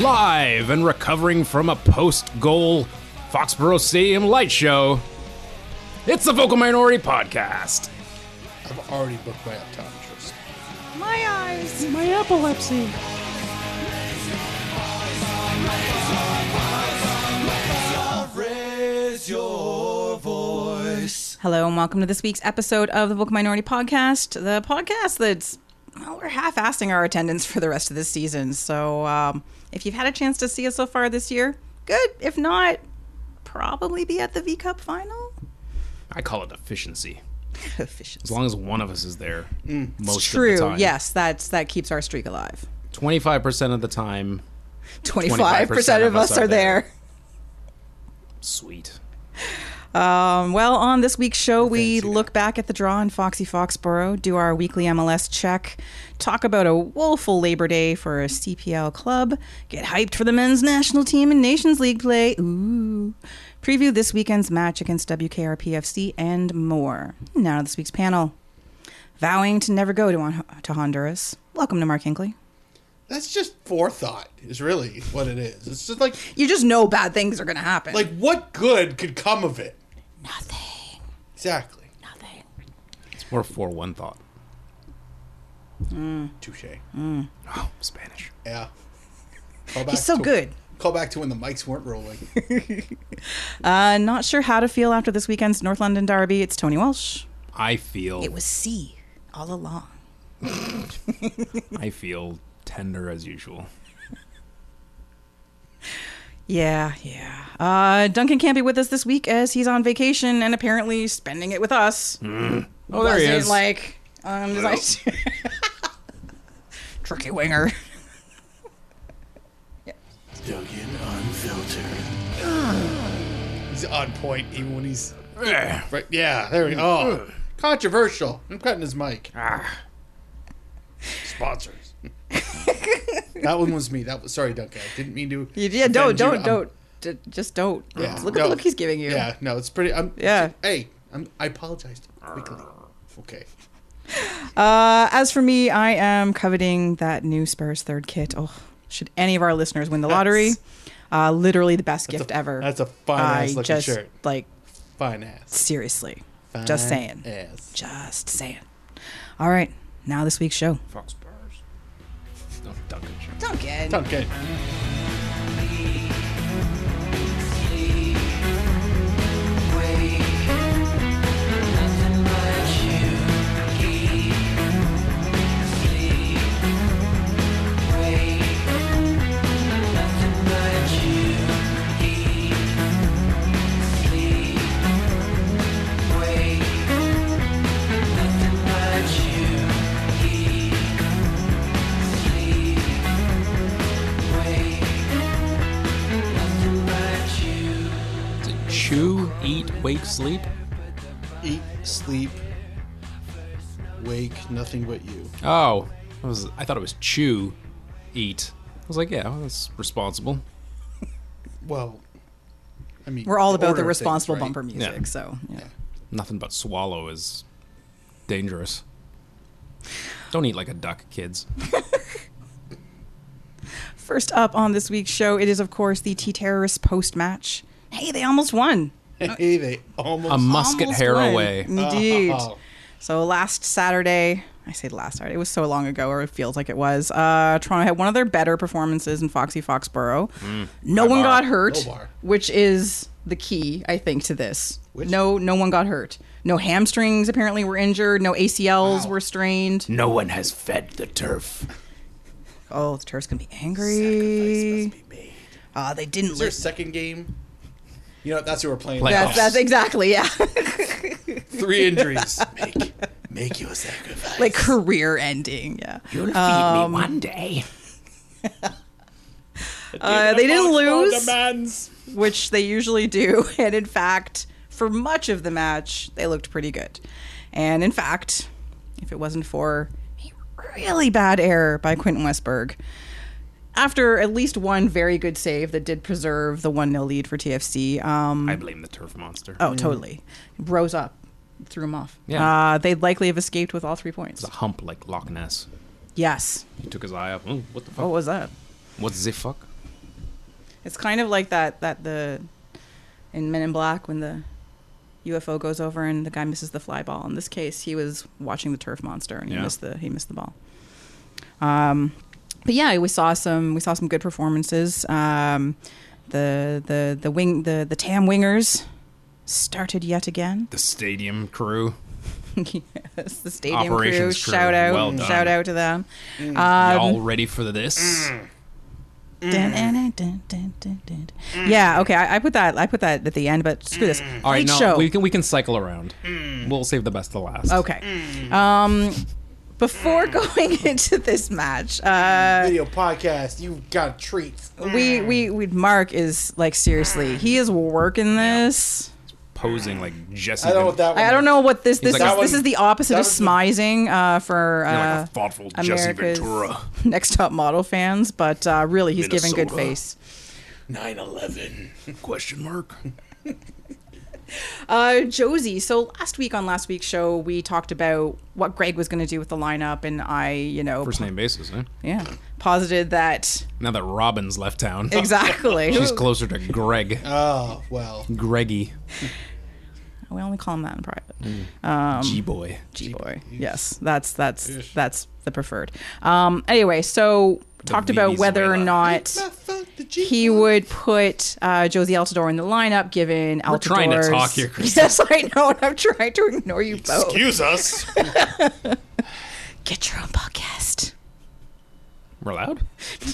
live and recovering from a post goal Foxborough Stadium light show. It's the Vocal Minority Podcast. I've already booked my optometrist. My eyes. My epilepsy. Hello and welcome to this week's episode of the Book Minority Podcast, the podcast that's well, we're half-assing our attendance for the rest of this season. So um, if you've had a chance to see us so far this year, good. If not, probably be at the V Cup final. I call it efficiency. Efficiency. As long as one of us is there, most of the Mm, True. time. Yes, that's that keeps our streak alive. 25% of the time. Twenty-five percent of us are there. Sweet. Um, well, on this week's show, we look back at the draw in Foxy Foxborough, do our weekly MLS check, talk about a woeful Labor Day for a CPL club, get hyped for the men's national team and Nations League play, ooh, preview this weekend's match against WKRPFC, and more. Now to this week's panel. Vowing to never go to, Hon- to Honduras. Welcome to Mark Hinkley. That's just forethought, is really what it is. It's just like, You just know bad things are going to happen. like what good could come of it? nothing. Exactly. Nothing. It's more for one thought. Touche. Oh, Spanish. Yeah. Call back Mm. He's so to- good. Call back to when the mics weren't rolling. Uh, not sure how to feel after this weekend's North London Derby. It's Tony Walsh. I feel It was C all along. I feel tender as usual. Yeah, yeah. Uh, Duncan can't be with us this week as he's on vacation and apparently spending it with Mm. us. Oh, there he Wasn't, is. Like, um, just like tricky winger. Duggan unfiltered. Ah. he's on point even when he's Ah, right. Yeah, there we go. Oh, controversial. I'm cutting his mic. Ah. Sponsors. that one was me. That was sorry, Duncan. I didn't mean to. You, yeah, offend don't, you. don't, I'm- don't. D- just don't. Yeah, look at no. the look he's giving you. Yeah, no, it's pretty. I'm, Yeah. Hey, I'm, I apologized quickly. Okay. Uh, as for me, I am coveting that new Spurs third kit. Oh, should any of our listeners win the lottery? That's- Uh, literally the best gift a- ever. that's a fine-ass I looking just, shirt. Like Fine ass. seriously, Fine just saying, Ass. just saying. All right, now this week's show. Fox bars. No, Duncan. Duncan. Duncan. Is it chew, eat, wake, sleep? Eat, sleep, wake, nothing but you. Oh, I, was, I thought it was chew, eat. I was like, yeah, well, that's responsible. Well, I mean, We're all about order the of responsible things, right? bumper music, Yeah. so yeah. Nothing but swallow is dangerous. Don't eat like a duck, kids. First up on this week's show, it is of course the T terrorists post match. Hey, they almost won. Hey, they almost. A musket Almost hair won. away. Indeed. Oh. So last Saturday, I say last Saturday, it was so long ago, or it feels like it was. Uh, Toronto had one of their better performances in Foxy Foxborough. no one bar. got hurt, No bar. which is the key, I think, to this. No, no one got hurt. No hamstrings apparently were injured. No ACLs Wow. were strained. No one has fed the turf. Oh, the turf's gonna be Sacrifice angry. must be made. Ah, they didn't Is there a lose. second game? You know, that's who we're playing. Playoffs. That's, that's exactly yeah, Three injuries. make, make your sacrifice. like career ending. Yeah, You'll feed Um, me one day. uh, they didn't lose. Demands. which they usually do. And in fact, for much of the match, they looked pretty good. And in fact, if it wasn't for a really bad error by Quentin Westberg, after at least one very good save that did preserve the 1 0 lead for TFC, um, I blame the turf monster. oh, totally, rose up, threw him off. Yeah. Uh, they'd likely have escaped with all three points. It's a hump like Loch Ness. Yes. He took his eye up. Oh, what the fuck? What was that? What the fuck? It's kind of like that that the in Men in Black when the UFO goes over and the guy misses the fly ball. In this case, he was watching the turf monster and he Yeah. missed the he missed the ball. Um, but yeah, we saw some we saw some good performances. Um, the the the wing the the Tam Wingers started yet again. The stadium crew. yes, the stadium crew, Operations crew, shout out well done. shout out to them. Um, Y'all ready for this? Mm. Dun, dun, dun, dun, dun, dun. Yeah, okay, I, I put that I put that at the end, but screw this. All right, Late no, show. we can we can cycle around. We'll save the best to last. Okay. Um, before going into this match, uh, Video podcast. You got treats. we we we Mark is like seriously, he is working this. Posing like Jesse. I don't know what that. One I, I don't is. know what this this like is. a- this is the opposite that of was the- smizing uh, for You're like uh, a thoughtful Jesse America's Ventura. Next Top Model fans, but uh, really, he's giving good Minnesota. face. 9/11. Question mark. Uh, Josie, so last week on last week's show, we talked about what Greg was going to do with the lineup, and I, you know, First name basis, eh? yeah, posited that Now that Robin's left town, exactly. she's closer to Greg. Oh well. Greggy, we only call him that in private. Um, G boy. G boy. Yes, that's that's that's the preferred. Um, anyway, so talked about whether or Venezuela. not he would put uh, Josie Altador in the lineup, given Altador's. trying to talk here, Christine. Yes, I know, and I'm trying to ignore you both. Excuse us. Get your own podcast. We're loud.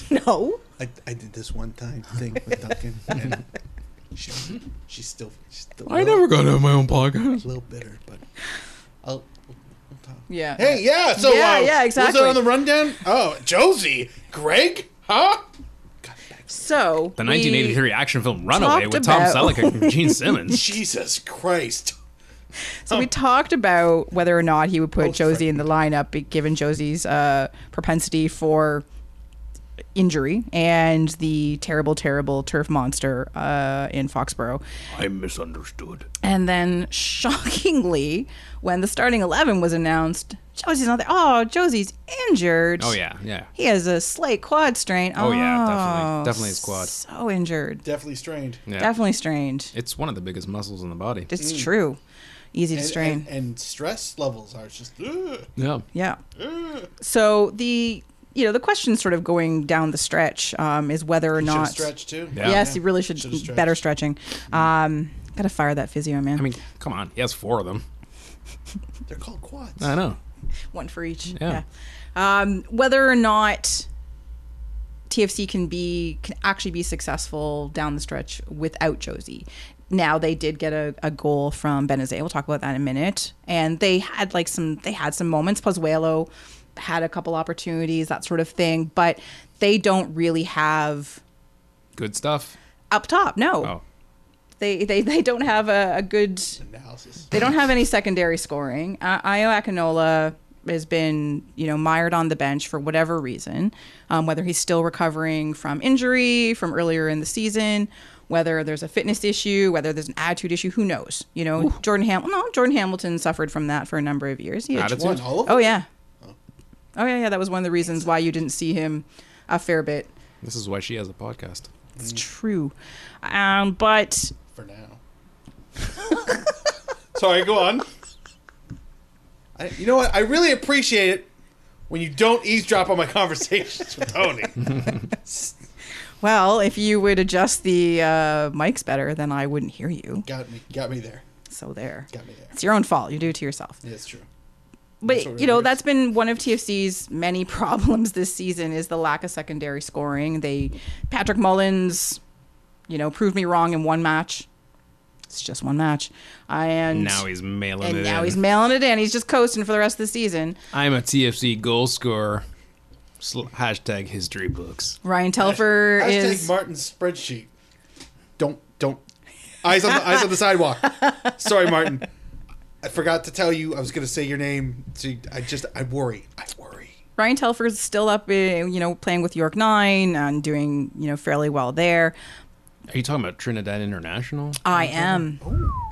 No. I, I did this one time thing with Duncan, and she, she's still, she's still a little, got to have my own podcast. little bitter, but I'll, we'll talk. Yeah. Hey, yeah, so Yeah, uh, yeah, Was exactly. that on the rundown? Oh, Josie, Greg, huh? God, thanks. So The we- 1983 action film Runaway talked with Tom about- Selleck and Gene Simmons. Jesus Christ! So Oh. we talked about whether or not he would put Josie in the lineup, be- given Josie's uh, propensity for injury and the terrible, terrible turf monster uh, in Foxborough. I misunderstood. And then, shockingly, when the starting eleven was announced, Josie's not there. Oh, Josie's injured. Oh yeah, yeah. He has a slight quad strain. Oh, Oh, yeah, definitely. Definitely his quad. So injured. Definitely strained. yeah. Mm. Definitely strained. It's one of the biggest muscles in the body. It's true. Easy to And, strain. and, and stress levels are just. ugh. Yeah. Yeah. Mm. So the you know the question sort of going down the stretch um, is whether or Should not. stretch Mm. too. Yeah. Yes, you really should Should've stretched. better stretching. Um, gotta fire that physio man. I mean, come on. He has four of them. They're called quads. I know. one for each. Yeah. Um, whether or not TFC can be can actually be successful down the stretch without Josie. Now they did get a, a goal from Benazet. We'll talk about that in a minute. And they had like some they had some moments. Pozuelo had a couple opportunities, that sort of thing. But they don't really have Good stuff. up top. No, Oh, they, they they don't have a, a good Analysis. they don't have any secondary scoring. Uh, Io Akinola has been, you know, mired on the bench for whatever reason, um, whether he's still recovering from injury from earlier in the season, whether there's a fitness issue, whether there's an attitude issue, who knows? You know, Jordan Ham. No, Jordan Hamilton suffered from that for a number of years. He had- Attitude. One, all of oh them? yeah, oh yeah, yeah. That was one of the reasons why you didn't see him a fair bit. this is why she has a podcast. It's true, um, but for now. Sorry, go on. I, you know what? I really appreciate it when you don't eavesdrop on my conversations with Tony. well, if you would adjust the uh, mics better, then I wouldn't hear you. got me, got me there, So there. got me there. It's your own fault. You do it to yourself. Yeah, it's true. That's what But it you know is. that's been one of TFC's many problems this season is the lack of secondary scoring. They Patrick Mullins, you know, proved me wrong in one match. It's just one match, and Now he's mailing and it now in. he's mailing it in. He's just coasting for the rest of the season. I'm a TFC goal scorer. Sl- hashtag history books. Ryan Telfer Hashtag is Martin's spreadsheet. Don't don't eyes on the eyes on the sidewalk. Sorry, Martin. I forgot to tell you I was gonna say your name. So I just I worry. I worry. Ryan Telfer's still up, uh, you know, playing with York Nine and doing you know fairly well there. Are you talking about Trinidad International? I am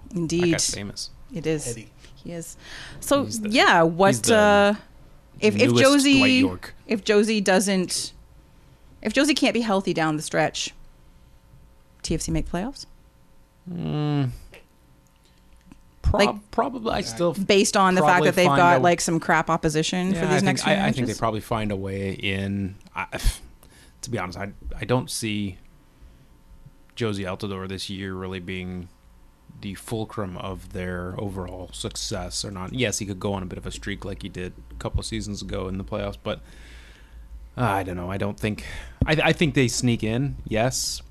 That indeed. guy's famous. It is. Eddie. He is. So He's the- yeah, he's what the uh, if newest if Dwight Josie York. if Josie doesn't if Josie can't be healthy down the stretch, TFC make playoffs? Prob- Like- probably, I still Based on the fact Probably that they've find got a- like some crap opposition for Yeah, these I think, next few I, I matches. think they probably find a way in. I, to be honest, I I don't see Josie Altador this year really being the fulcrum of their overall success or not. Yes, he could go on a bit of a streak like he did a couple of seasons ago in the playoffs, but uh, I don't know. I don't think. I I think they sneak in. Yes.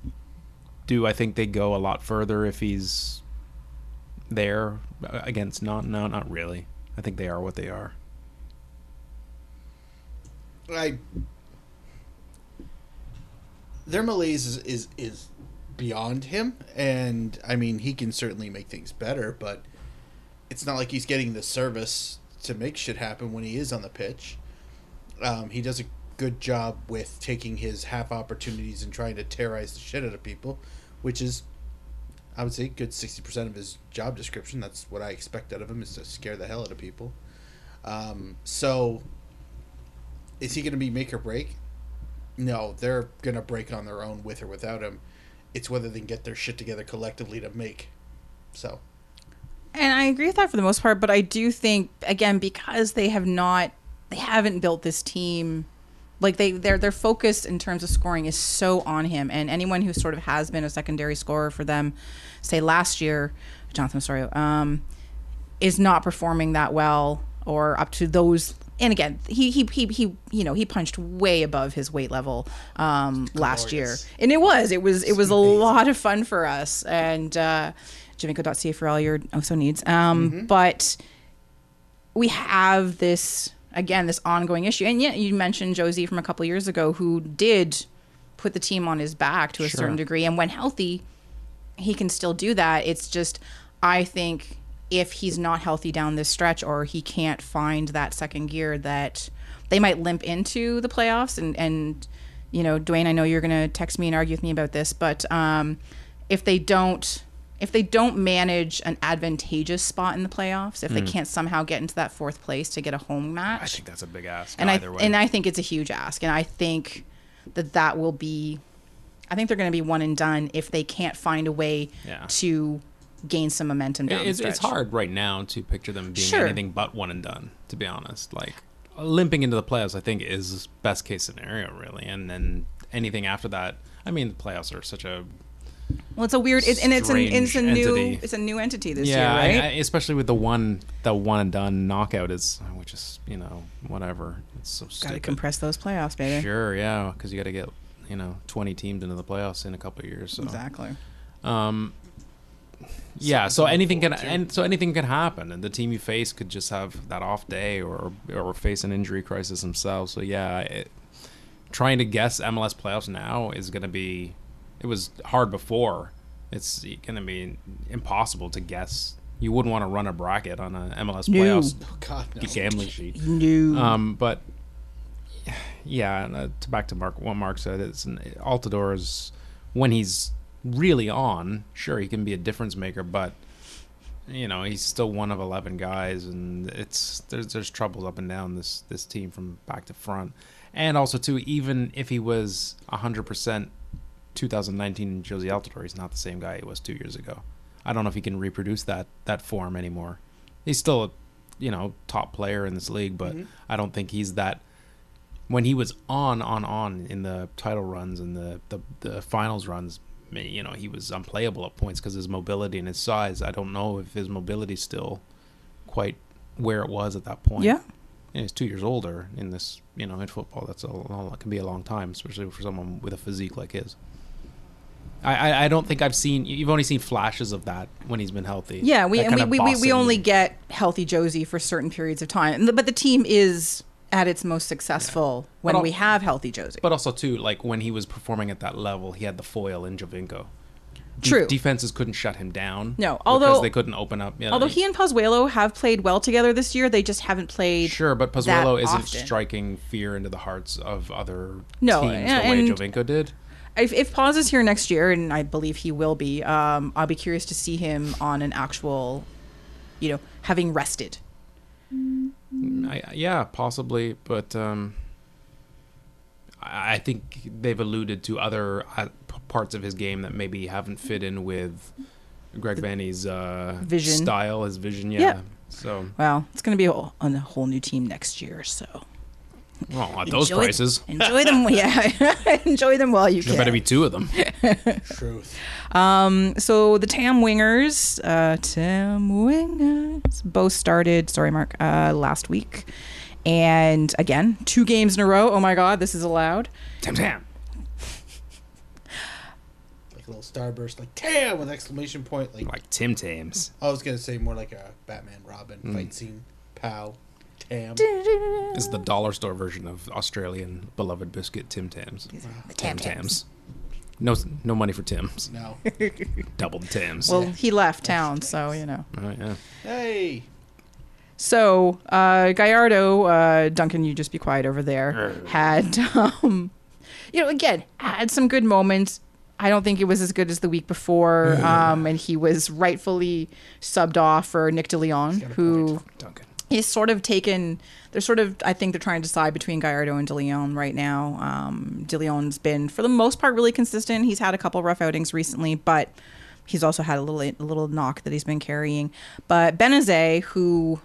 Do I think they go a lot further if he's there against not no not really. I think they are what they are. I their malaise is, is is beyond him, and I mean he can certainly make things better, but it's not like he's getting the service to make shit happen when he is on the pitch. Um, he does a good job with taking his half opportunities and trying to terrorize the shit out of people, which is. I would say a good sixty percent of his job description. That's what I expect out of him is to scare the hell out of people. Um, so is he going to be make or break? No, they're going to break on their own with or without him. It's whether they can get their shit together collectively to make. So, And I agree with that for the most part, but I do think again because they have not they haven't built this team like they their their focus in terms of scoring is so on him and anyone who sort of has been a secondary scorer for them say last year Jonathan Osorio um is not performing that well or up to those and again he he he, he you know he punched way above his weight level um last year Glorious. and it was it was it was a Amazing. lot of fun for us and uh Jamico.ca for all your also needs um but we have this again this ongoing issue and yet you mentioned josie from a couple years ago who did put the team on his back to a Sure. certain degree and when healthy he can still do that it's just i think if he's not healthy down this stretch or he can't find that second gear that they might limp into the playoffs and and you know dwayne i know you're going to text me and argue with me about this but um if they don't if they don't manage an advantageous spot in the playoffs, if they can't somehow get into that fourth place to get a home match, Hmm. I think that's a big ask. and I either way, and I think it's a huge ask, and I think that that will be, I think they're going to be one and done if they can't find a way Yeah. to gain some momentum down it's, the it's stretch. hard right now to picture them being Sure. anything but one and done. To be honest, like limping into the playoffs, I think is best case scenario really, and then anything after that. I mean, the playoffs are such a Well, it's a weird, it, and it's an it's a Strange new entity. it's a new entity this yeah, year, I- right? I- especially with the one the one and done knockout is, which is you know whatever. It's so Got to stupid. compress those playoffs, baby. Sure, yeah, because you got to get you know twenty teams into the playoffs in a couple of years. So. Exactly. yeah so look anything can forward to. and so anything can happen and the team you face could just have that off day or or face an injury crisis themselves so yeah it, trying to guess mls playoffs now is going to be it was hard before it's going to be impossible to guess you wouldn't want to run a bracket on a mls No. playoffs oh god, no. gambling sheet New. um, but yeah, and, uh, to back to Mark, what Mark said, it's an, Altidore is when he's really on. Sure, he can be a difference maker, but you know he's still one of eleven guys, and it's there's there's troubles up and down this this team from back to front, and also too even if he was hundred percent. 2019 Josie Altidore, he's not the same guy he was two years ago. I don't know if he can reproduce that that form anymore. He's still a you know top player in this league, but I don't think he's that. When he was on, on, on in the title runs and the the, the finals runs, ma- you know he was unplayable at points because his mobility and his size. I don't know if his mobility's still quite where it was at that point. Yeah. And he's two years older in this, you know, in football. That's a long, can be a long time, especially for someone with a physique like his. I, I, I don't think I've seen. You've only seen flashes of that when he's been healthy. Yeah, we That and we, kind we, of we, we bossing- only get healthy Josie for certain periods of time, And the- but the team is at its most successful when But we I'll- have healthy Josie. But also too, like when he was performing at that level, he had the foil in Jovinko. De- True. defenses couldn't shut him down. No, although- because they couldn't open up. You know, Although he and Pozuelo have played well together this year, they just haven't played. sure, but that Pozuelo isn't often. striking fear into the hearts of other No, teams yeah, the way and- Jovinko did. If, if Paz is here next year, and I believe he will be, um, I'll be curious to see him on an actual, you know, having rested. I, yeah, possibly, but um, I I think they've alluded to other uh, p- parts of his game that maybe haven't fit in with Greg Vanny's uh, Vision. style, his vision. Yeah. Yep. So, Well, it's going to be a whole, a whole new team next year, so well, at those enjoy, prices, Enjoy them, yeah. enjoy them while you there can. better be two of them. Truth. so the Tam Wingers, uh, Tam Wingers, both started. Sorry, Mark, uh, last week, and again, two games in a row. Oh my God, this is allowed. Tam Tam. Like a little starburst, like damn with exclamation point. Like Like Tim Tams. I was gonna say more like a Batman Robin fight scene. Pow, tam. It's the dollar store version of Australian beloved biscuit Tim Tams. The Tam Tams. No, no money for Tim's. No. Double the Tim's. Well, he left town, so you know. Oh, yeah. hey. So uh, Gallardo, uh, Duncan, you just be quiet over there. Had, um, you know, again had some good moments. I don't think it was as good as the week before, um, and he was rightfully subbed off for Nick DeLeon, who Duncan. is sort of taken. They're sort of, I think they're trying to decide between Gallardo and DeLeon right now. Um, DeLeon's been, for the most part, really consistent. He's had a couple rough outings recently, but he's also had a little a little knock that he's been carrying. But Benazet, who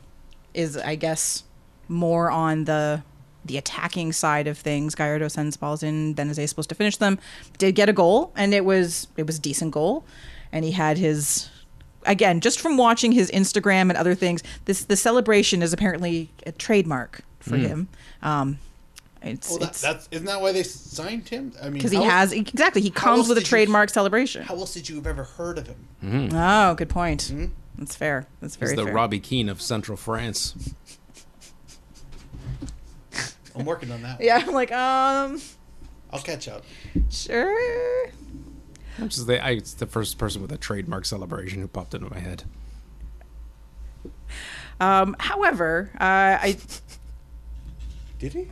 is, I guess, more on the the attacking side of things. Gallardo sends balls in. Benazet is supposed to finish them. Did get a goal, and it was it was a decent goal. And he had his again just from watching his Instagram and other things. This the celebration is apparently a trademark for Mm. him. Um, it's Well, Oh, that, that's isn't that why they signed him? I mean, because he how- has exactly he comes else with a did you- trademark celebration. How Hmm? else did you have ever heard of him? Mm. Oh, good point. That's fair. That's very He's the fair. Robbie Keane of Central France. I'm working on that. yeah, I'm like, um, I'll catch up. sure. I'm just the, I, it's the first person with a trademark celebration who popped into my head. Um, however, uh, I Did he?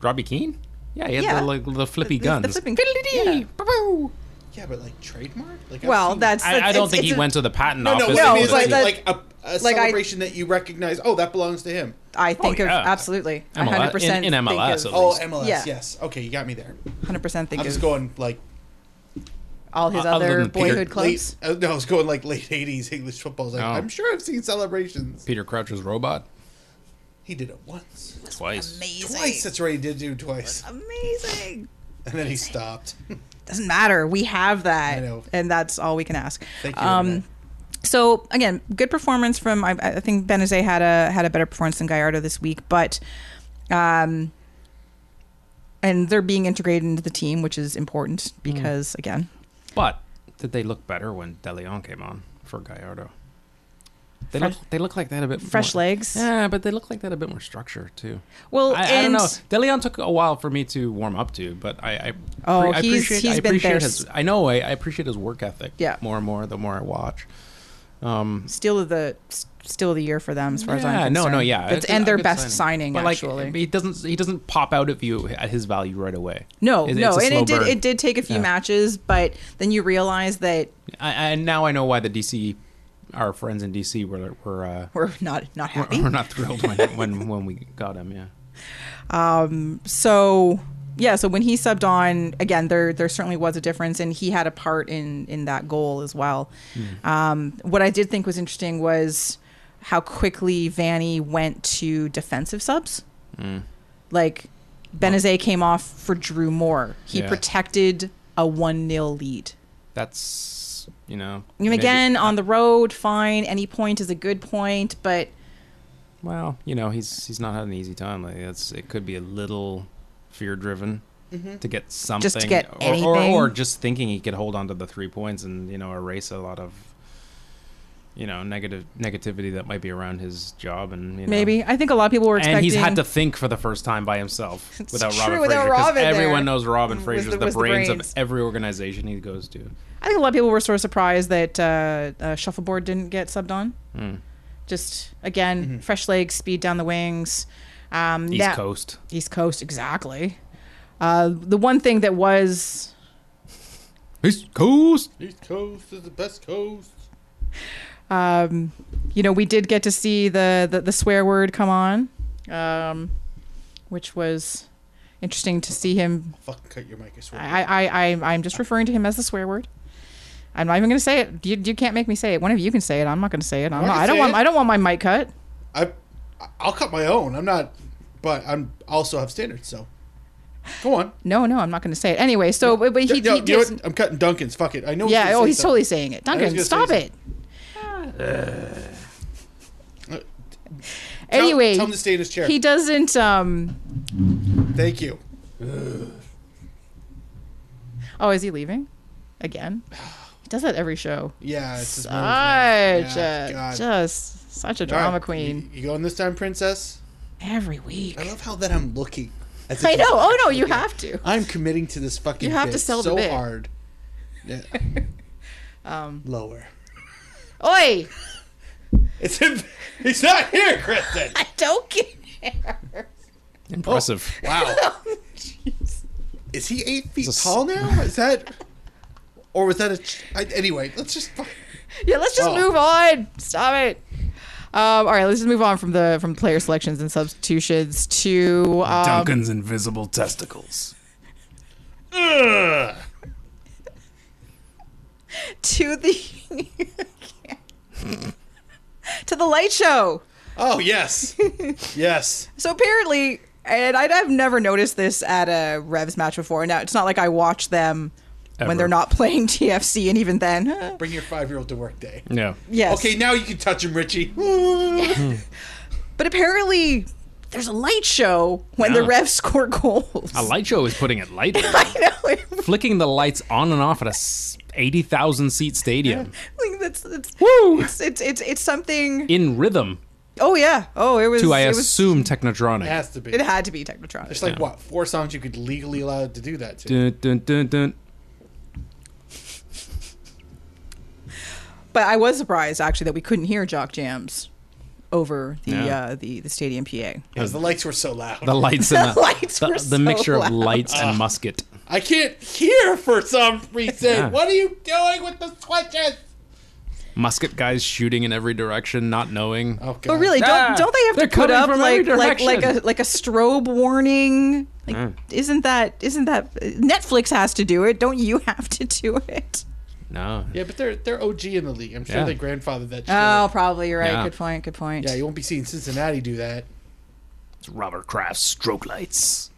Robbie Keane? Yeah, he had Yeah. the, like, the flippy the- guns. the flipping. Yeah. Yeah, but like trademark. Like I've Well, seen- that's, I, I that's- don't it's- think it's he a- went to the patent no, no. office. what I No, mean is but like, that- like a, a like I- celebration that you recognize. Oh, that belongs to him. I think Oh, yeah. of absolutely MLS 100 percent in- in MLS at Oh, least. MLS. Yeah. Yes. Okay, you got me there. 100 percent think I was of going like all his other other than Peter boyhood clubs. late. Uh, no, I was going like late '80s English football. I was like, Oh. I'm sure I've seen celebrations. Peter Crouch's robot? He did it once, Twice. Amazing, twice. That's right. He did do it twice, amazing. and then he stopped. Doesn't matter. We have that, I know. and that's all we can ask. Um, Thank you, Annette. so again, good performance from. I, I think Benazet had a had a better performance than Gallardo this week, but. Um, and they're being integrated into the team, which is important Mm. because, again, But did they look better when DeLeon came on for Gallardo? They look, they look like that a bit fresh more, legs. Yeah, but they look like that a bit more structure too. Well, I, I don't and know. DeLeon took a while for me to warm up to, but I, I, Oh, pre- I he's- appreciate, he's I been appreciate there his. s- I know. I, I appreciate his work ethic. Yeah. More and more the more I watch. Um, still of the still of the year for them as far as I'm yeah, concerned. no, no, yeah, That's- It's and a their good best signing, But like, actually. he doesn't. He doesn't pop out at you at his value right away. no, It's- it's no, a and slow it did burn. it did take a few Yeah. matches, but then you realize that I, I- and now I know why the DC, our friends in DC, were were uh, we're not not happy. we're not thrilled when, when when we got him. Yeah. So yeah, so when he subbed on again, there there certainly was a difference, and he had a part in in that goal as well. Hmm. Um, what I did think was interesting was how quickly Vanny went to defensive subs. Like Benazet came off for Drew Moore. He Yeah. protected a one 0 lead. That's you know. And maybe- again, on the road, fine. Any point is a good point, but Well, you know, he's he's not had an easy time. Like that's it could be a little fear driven to get something, get or, or anything. or just thinking he could hold on to the three points and you know erase a lot of you know negative negativity that might be around his job and you know. maybe I think a lot of people were expecting. And he's had to think for the first time by himself It's without true, Robin without Fraser. 'cause Robin there. everyone knows Robin Was Fraser's the- the, was the brains brains. of every organization he goes to. I think a lot of people were sort of surprised that uh, uh, Shuffleboard didn't get subbed on. Hmm. Just again, Mm-hmm. fresh legs, speed down the wings. Um, East now- Coast. East Coast, exactly. Uh, the one thing that was East Coast. East Coast is the best coast. um, you know, we did get to see the, the, the swear word come on, um, which was Interesting to see him. Fucking cut your mic, I swear. I, I, I, I'm just referring to him as the swear word. I'm not even going to say it. You, you can't make me say it. One of you can say it. I'm not going to say it. I'm I not, can I don't say want. it. I don't want my mic cut. I, I'll cut my own. I'm not, but I'm also have standards. So, go on. No, no, I'm not going to say it. Anyway, so but, but he, No, he no, you know gives- what? I'm cutting Duncan's. Fuck it. I know. yeah. gonna Oh, say he's something. totally saying it. Duncan, gonna say Uh, stop it. Tell- anyway, tell him to stay in his chair. he doesn't. Um. Thank you. Oh, is he leaving? Again? He does that every show. Yeah, it's his Such move now. Yeah, a, God. just such a All right, drama queen. You, you going this time, princess? Every week. I love how that I'm looking. As if I know. I'm- Oh no, you have to. I'm committing to this fucking. You have to bit sell the so bit. Um, hard. Yeah. Lower. Oi! It's him. He's not here, Kristen. I don't care. Impressive. Wow. Is he eight feet It's a s- tall now? Is that, or was that a? ch- I, anyway, let's just. fuck- Yeah, let's just Oh. move on. Stop it. Um, all right, let's just move on from the from player selections and substitutions to um, Duncan's invisible testicles. Ugh. to the to the light show. Oh yes, yes. So apparently, and I'd, I've never noticed this at a Revs match before. Now it's not like I watch them Ever. when they're not playing TFC, and even then, uh, Bring your five-year-old to work day. Yeah. Oh. yes. Okay, now you can touch him, Richie. but apparently there's a light show when the Yeah. Revs score goals. A light show is putting it lightly. I know. it- Flicking the lights on and off at a s- 80,000 seat stadium like, that's, it's, Woo! It's, it's it's it's something. in rhythm Oh yeah. Oh, it was. to, I it was. assume, Technotronic. It has to be. It had to be Technotronic. There's like what four songs you could legally allow to do that to. Dun, dun, dun, dun. But I was surprised actually that we couldn't hear Jock Jams over the Yeah. uh, the the stadium PA. Because the lights were so loud. The lights and The the, lights the, were the so mixture loud. of lights and musket. I can't hear for some reason. Yeah. What are you doing with the switches? Musket guys shooting in every direction, not knowing. Oh god. But really, don't Ah, don't they have they're to put coming up from like every like like a direction. Mm. like a strobe warning? Like, isn't that isn't that Netflix has to do it? Don't you have to do it? No. Yeah, but they're they're OG in the league. I'm sure Yeah. they grandfathered that. Shit. Oh, probably. You're right. Yeah. Good point. Good point. yeah, you won't be seeing Cincinnati do that. It's Robert Kraft's stroke lights.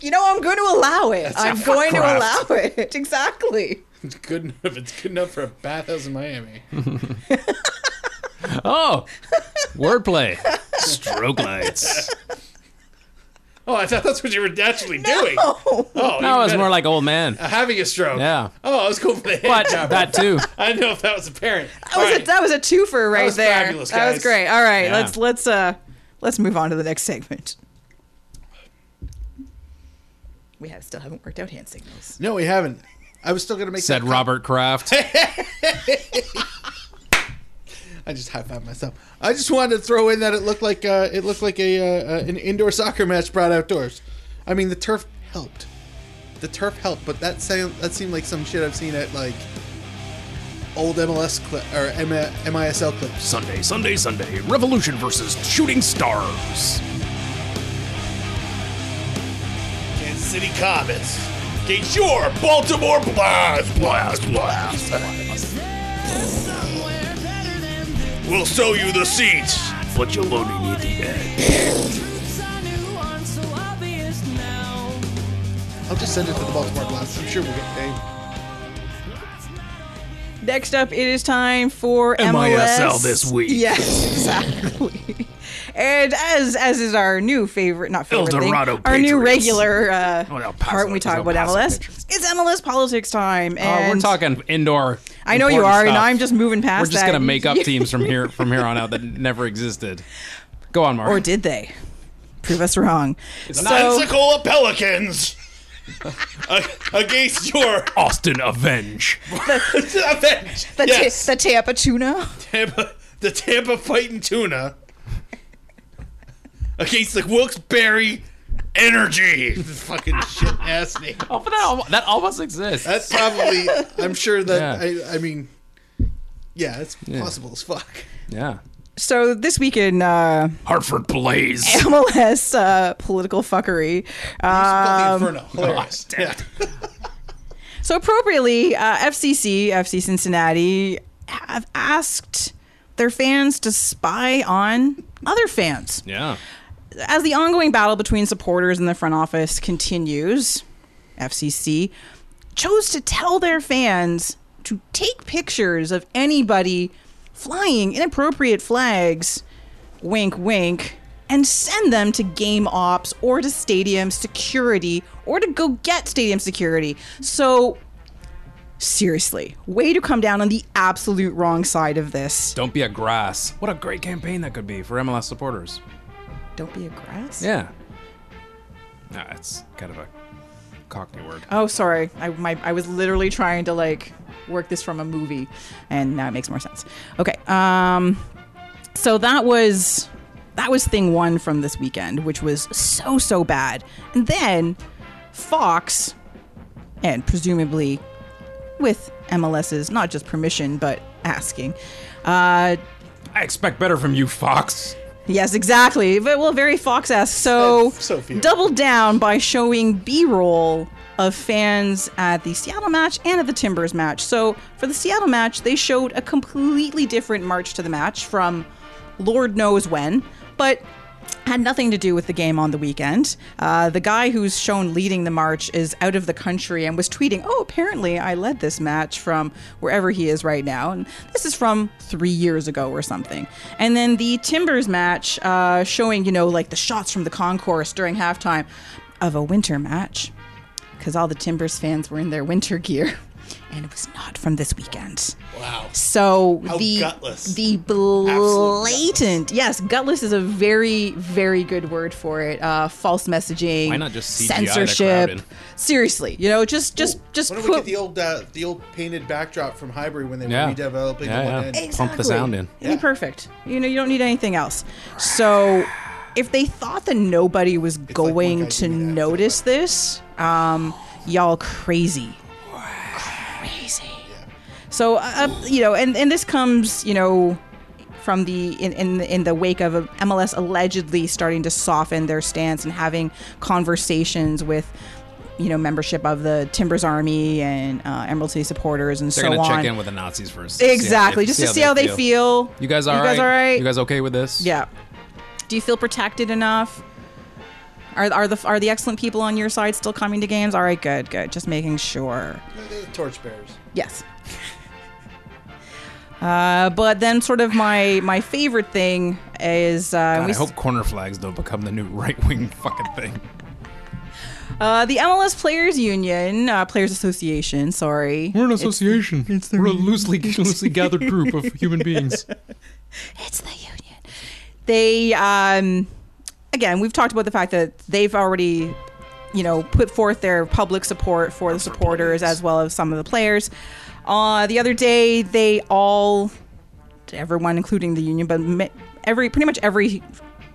You know, I'm going to allow it. I'm going craft. to allow it. Exactly. It's good enough. It's good enough for a bathhouse in Miami. Oh, wordplay. Stroke lights. Oh, I thought that's what you were naturally doing. Oh, Oh, No, it's even more better. like old man. having a stroke. Yeah. Oh, I was going for the But head job. that too. I didn't know if that was apparent. that was, a, Alright. that was a twofer right was there. fabulous, That was guys. great. All right, Yeah. let's let's uh let's move on to the next segment. We have, still haven't worked out hand signals. no, we haven't. I was still gonna make Said that com- Robert Kraft. I just high five myself. I just wanted to throw in that it looked like uh, it looked like a uh, uh, an indoor soccer match brought outdoors. I mean, the turf helped. The turf helped, but that sound, that seemed like some shit I've seen at like old MLS cli or M- MISL clips. Sunday, Sunday, Sunday. Revolution versus Shooting Stars. Kansas City Comets. Get your Baltimore blast, blast, blast. We'll sew you the seats. But you'll only need the edge. I'll just send it to the Baltimore Blast. I'm sure we'll get paid. Next up, it is time for MISL MLS. this week. Yes, exactly. and as as is our new favorite, not favorite El Dorado thing, our new Patriots. regular uh, Oh, El Paso- part when we talk El about Paso MLS. Patriots. It's MLS politics time. Oh, And we're talking indoor. I know you important are, and stuff. I'm just moving past. We're just that. gonna make up You- teams from here from here on out that never existed. Go on, Mark. or did they? Prove us wrong. So, Pensacola Pelicans A- against your Austin Avenge. avenge. the, yes, ta- the Tampa tuna. Tampa, the Tampa fighting tuna against the Wilkes-Barre Energy. fucking shit ass name. Oh, but that, almost, that almost exists. That's probably. I'm sure that. Yeah. I, I mean, yeah, it's possible as fuck. yeah. So this week in uh, Hartford Blaze. MLS uh, political Uh, fucking. Call the Inferno. Hilarious. damn it. Yeah. So appropriately, uh, FCC, FC Cincinnati, have asked their fans to spy on other fans. Yeah. As the ongoing battle between supporters and the front office continues, FCC chose to tell their fans to take pictures of anybody flying inappropriate flags, wink, wink, and send them to game ops or to stadium security or to go get stadium security. So, seriously, way to come down on the absolute wrong side of this. Don't be a grass. What a great campaign that could be for MLS supporters. Don't be a grass. Yeah. Nah, it's kind of a cockney word. Oh, sorry. I my, I was literally trying to like work this from a movie, and now it makes more sense. Okay. Um, so that was that was thing one from this weekend, which was so so bad. And then Fox, and presumably with MLS's not just permission but asking, uh, I expect better from you, Fox. Yes, exactly. But, well, very Fox esque. So, So few. double down by showing B roll of fans at the Seattle match and at the Timbers match. So, for the Seattle match, they showed a completely different march to the match from Lord knows when, but had nothing to do with the game on the weekend. Uh, the guy who's shown leading the march is out of the country and was tweeting, Oh, apparently I led this match from wherever he is right now. And this is from three years ago or something. And then the Timbers match uh, showing, you know, like the shots from the concourse during halftime of a winter match because all the Timbers fans were in their winter gear. And it was not from this weekend. Wow. So How the gutless. the Absolutely blatant yes, gutless is a very very good word for it. Uh, false messaging. Why not just CGI the crowd in? censorship? Seriously, you know, just just just Why don't we put get the old uh, the old painted backdrop from Highbury when they Yeah. were redeveloping Yeah, the yeah. one end? Pump the sound in. It'd be perfect. You know, you don't need anything else. So, if they thought that nobody was like one going guy to doing that, it's notice this, um, y'all crazy, crazy. So, uh, you know, and and this comes, you know, from the in in in the wake of uh, MLS allegedly starting to soften their stance and having conversations with. You know, membership of the Timbers Army and uh, Emerald City supporters, and They're so gonna on. check in with the Nazis first. Exactly, just to see how they feel. You guys all You guys right? all right? You guys okay with this? Yeah. Do you feel protected enough? Are, are the are the excellent people on your side still coming to games? All right, good, good. Just making sure. They're the torchbearers. Yes. Uh, but then, sort of my my favorite thing is uh, God, we I s- hope corner flags don't become the new right wing fucking thing. uh, the MLS Players Union, uh, Players Association. Sorry, We're an association. We're a loosely loosely gathered group of human beings. It's the union. They, um, again, we've talked about the fact that they've already, you know, put forth their public support for the supporters as well as some of the players. Uh, the other day, they all, everyone, including the union, but ma- every pretty much every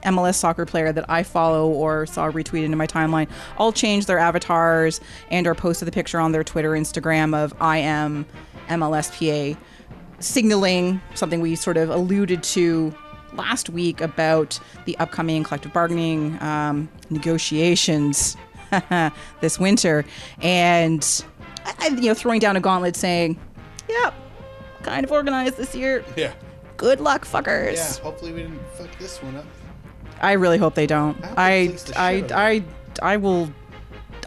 MLS soccer player that I follow or saw retweeted in my timeline all changed their avatars and or posted the picture on their Twitter, Instagram of I am MLSPA signaling something we sort of alluded to last week about the upcoming collective bargaining um, negotiations this winter, and I- I- you know throwing down a gauntlet saying, "Yep, kind of organized this year. Yeah. Good luck, Yeah. fuckers." Hopefully we didn't fuck this one up. I really hope they don't. hope they I fix the shit I out of I I will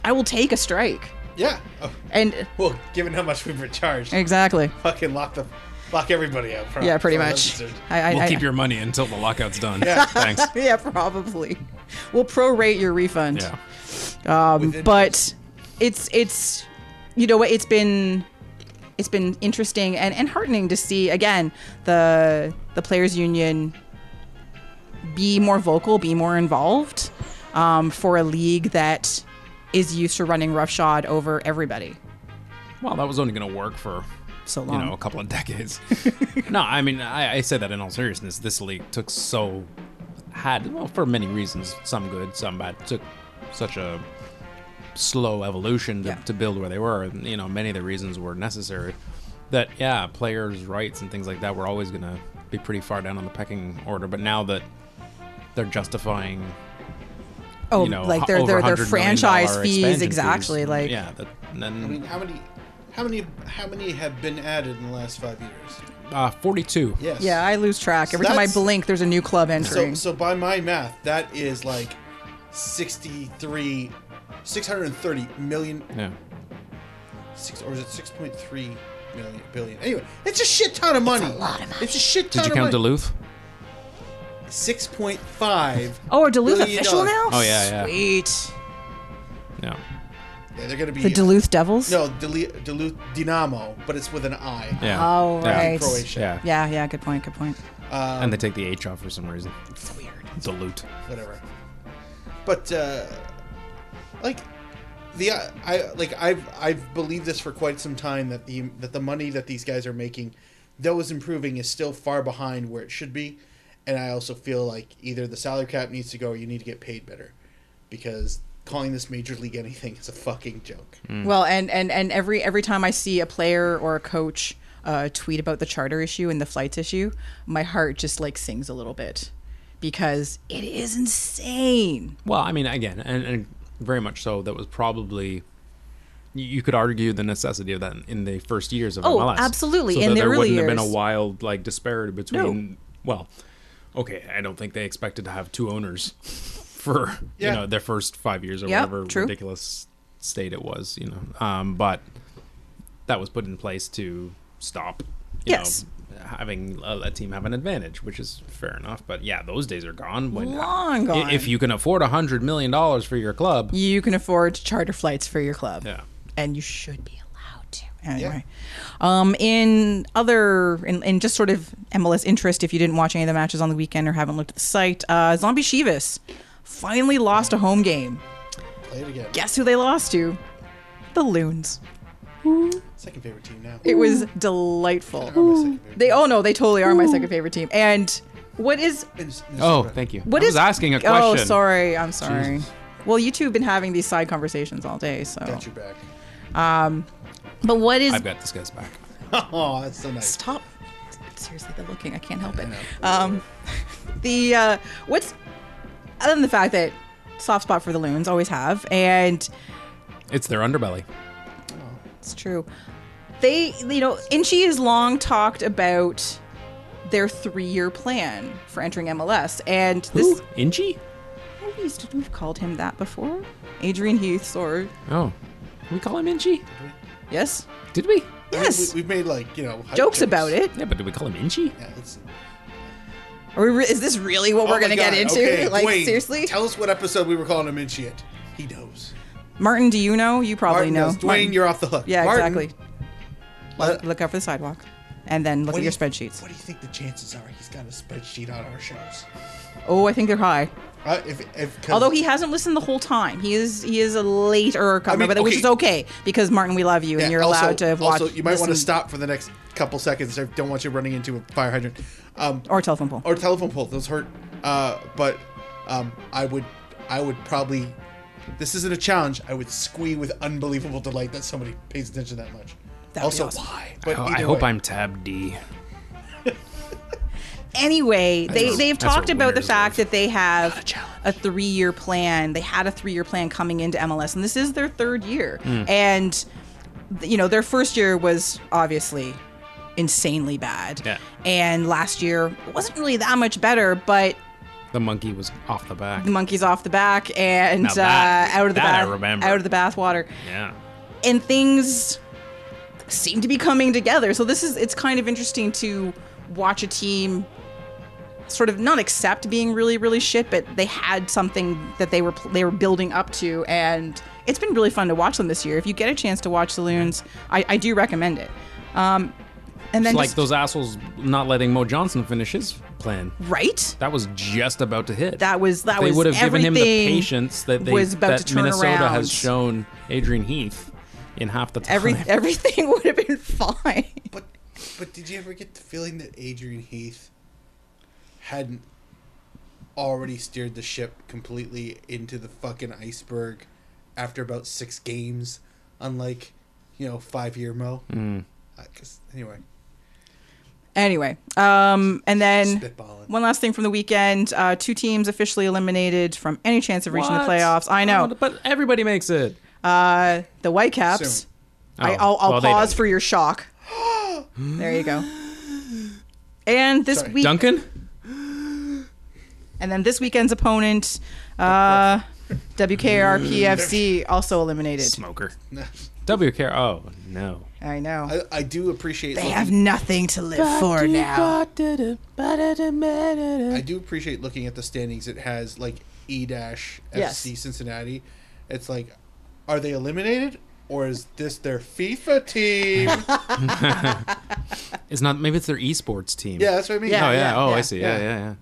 I will take a strike. Yeah. Oh, And well, given how much we've been charged, exactly, fucking lock the lock everybody up. yeah, pretty much. I, I, We'll I- keep your money until the lockout's done. Yeah. Thanks. yeah, probably. We'll prorate your refund. Yeah. With Um, but it's it's you know what it's been it's been interesting and, and heartening to see again the the players union be more vocal be more involved um, for a league that is used to running roughshod over everybody Well, that was only going to work for so you long know a couple of decades. no, I mean I, I say that in all seriousness. This league took so had well for many reasons, some good, some bad. Took such a slow evolution to, Yeah. to build where they were. And, you know, many of the reasons were necessary. That yeah, players' rights and things like that were always going to be pretty far down on the pecking order. But now that they're justifying, Oh, you know, like hu- their over their their $100 million franchise expansion fees fees, Mm, exactly. Like yeah, that, then I mean, how many, how many, how many have been added in the last five years? uh, forty-two. Yes. yeah, I lose track. Every time I That's- blink, there's a new club So, entering. so by my math, that is like 63, 630 million, Yeah. six, or is it 6.3 million billion? Anyway, it's a shit ton of money. It's a lot of money. It's a shit ton Did you of count money. Duluth? 6.5. oh, are Duluth billion official dollars. now? Oh, yeah, yeah. Sweet. Yeah. Yeah, they're going to be. The Duluth Devils. No, Duluth, Duluth Dynamo, but it's with an I. Yeah. Oh, Yeah. right. Croatia. Yeah. Yeah, yeah. Good point. Good point. and they take the H off for some reason. It's weird. Dilute. whatever. But uh, like the uh, I like I've I've believed this for quite some time that the that the money that these guys are making, though is improving, is still far behind where it should be, and I also feel like either the salary cap needs to go or you need to get paid better, because calling this major league anything is a fucking joke. Mm. Well, and and and every every time I see a player or a coach uh, tweet about the charter issue and the flights issue, my heart just like sings a little bit because it is insane. Well, I mean, again, and, and very much so. That was probably you- you could argue the necessity of that in the first years of Oh, MLS. absolutely, So in that the there early wouldn't have been a years. wild like disparity between. Well, okay, I don't think they expected to have two owners for Yeah. you know their first five years or Yeah, whatever true. ridiculous state it was. You know, um, but that was put in place to stop. You Yes. Know, having a, a team have an advantage, which is fair enough, but yeah, those days are gone. When Long i- If gone. you can afford a hundred million dollars for your club, You can afford charter flights for your club. Yeah. and you should be allowed to. Anyway, um, in other in, in just sort of MLS interest, if you didn't watch any of the matches on the weekend or haven't looked at the site, uh, Zombie Shivas finally lost a home game. Play it again. Guess who they lost to? The Loons. Second favorite team now. It was They're delightful. my second favorite They oh no, they totally are my second favorite team. And what is team. Minnes- oh, Minnesota. thank you. what I is was asking a question. Oh, sorry, I'm sorry. Well, you two have been having these side conversations all day, so. Got your back. But what is? I've got this guy's back. Oh, that's so nice. Stop! Seriously, they're looking. I can't help it. Um, the uh, what's other than the fact that soft spot for the loons always have, and It's their underbelly. It's true. They, you know, Inchi has long talked about their three-year plan for entering MLS, and this Who? Inchi? we used to, we've called him that before, Adrian Heaths, or Oh, we call him Inchi? yes, Did we? I mean, yes, we, we've made like you know hype jokes about it. Yeah, but did we call him Inchi? Yeah, it's- Are we re- is this really what Oh we're my gonna get God, into? okay, like Dwayne, seriously, Tell us what episode we were calling him in shit. He knows. Martin? Do you know? You probably Martin know. knows. Dwayne, Martin. you're off the hook. yeah, Martin, exactly. let- Look out for the sidewalk, and then look what at do your you- spreadsheets. What do you think the chances are he's got a spreadsheet on our shows? Oh, I think they're high. Uh, if, if, 'cause- Although he hasn't listened the whole time, he is he is a later I comer, mean, but which okay. is okay because Martin, we love you, Yeah, and you're also- allowed to watch. Also, you might want to listen- stop for the next couple seconds. I don't want you running into a fire hydrant. Um, or telephone pole. or telephone pole. Those hurt. Uh, but um, I would, I would probably. This isn't a challenge. I would squee with unbelievable delight that somebody pays attention that much. That would also, be awesome. why? But Oh, I either hope way. I'm tab D. anyway, they what- they've that's talked what about the winners fact love. that they have a challenge. a three year plan. They had a three year plan coming into MLS, and this is their third year. Hmm. And th- you know, their first year was obviously insanely bad, Yeah. and last year wasn't really that much better, but. The monkey was off the back. The monkeys off the back and Now that- uh, out of the that I bath, remember. out of the bathwater. Yeah. and things seem to be coming together. So this is it's kind of interesting to watch a team sort of not accept being really really shit, but they had something that they were they were building up to, and it's been really fun to watch them this year. If you get a chance to watch the Loons, I, I do recommend it. Um, and then It's like just- those assholes not letting Mo Johnson finish his plan. right. That was just about to hit. That was that they was would have given him the everything patience that they was about that to turn Minnesota around. has shown Adrian Heath in half the time. Every, everything would have been fine. But but did you ever get the feeling that Adrian Heath hadn't already steered the ship completely into the fucking iceberg after about six games, Mm. unlike you know five year Mo? Because anyway, Anyway, um, and then Spitballing. one last thing from the weekend: uh, two teams officially eliminated from any chance of reaching What? the playoffs. I know Oh, but everybody makes it. uh, the Whitecaps. Soon. I, Oh, I'll, I'll well, they pause don't. for your shock. there you go. And this Sorry. week, Duncan. and then this weekend's opponent, uh, WKRPFC, also eliminated. Smoker. WKR. Oh no. I know. I, I do appreciate they looking, have nothing to live for now. I do appreciate looking at the standings. It has like E dash FC Yes. Cincinnati. It's like, are they eliminated or is this their FIFA team? It's not. Maybe it's their esports team. yeah, that's what I mean. Oh yeah. yeah, oh, yeah, I see. Yeah, yeah. yeah,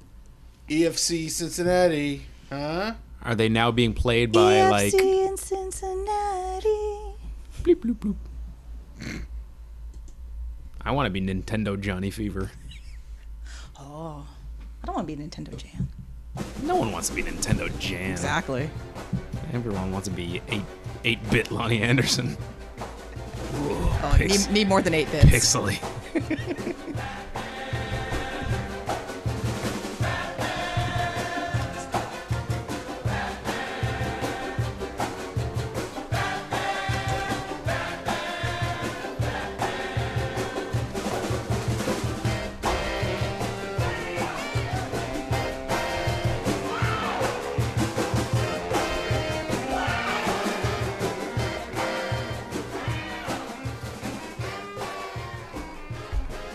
yeah. EFC E Cincinnati, huh? Are they now being played E by like? EFC in Cincinnati. Bloop, bloop, bloop. I want to be Nintendo Johnny Fever. Oh, I don't want to be Nintendo Jam. No one wants to be Nintendo Jam. Exactly. Everyone wants to be eight eight bit Lonnie Anderson. Oh, you Pix- need, need more than eight bits. Pixely.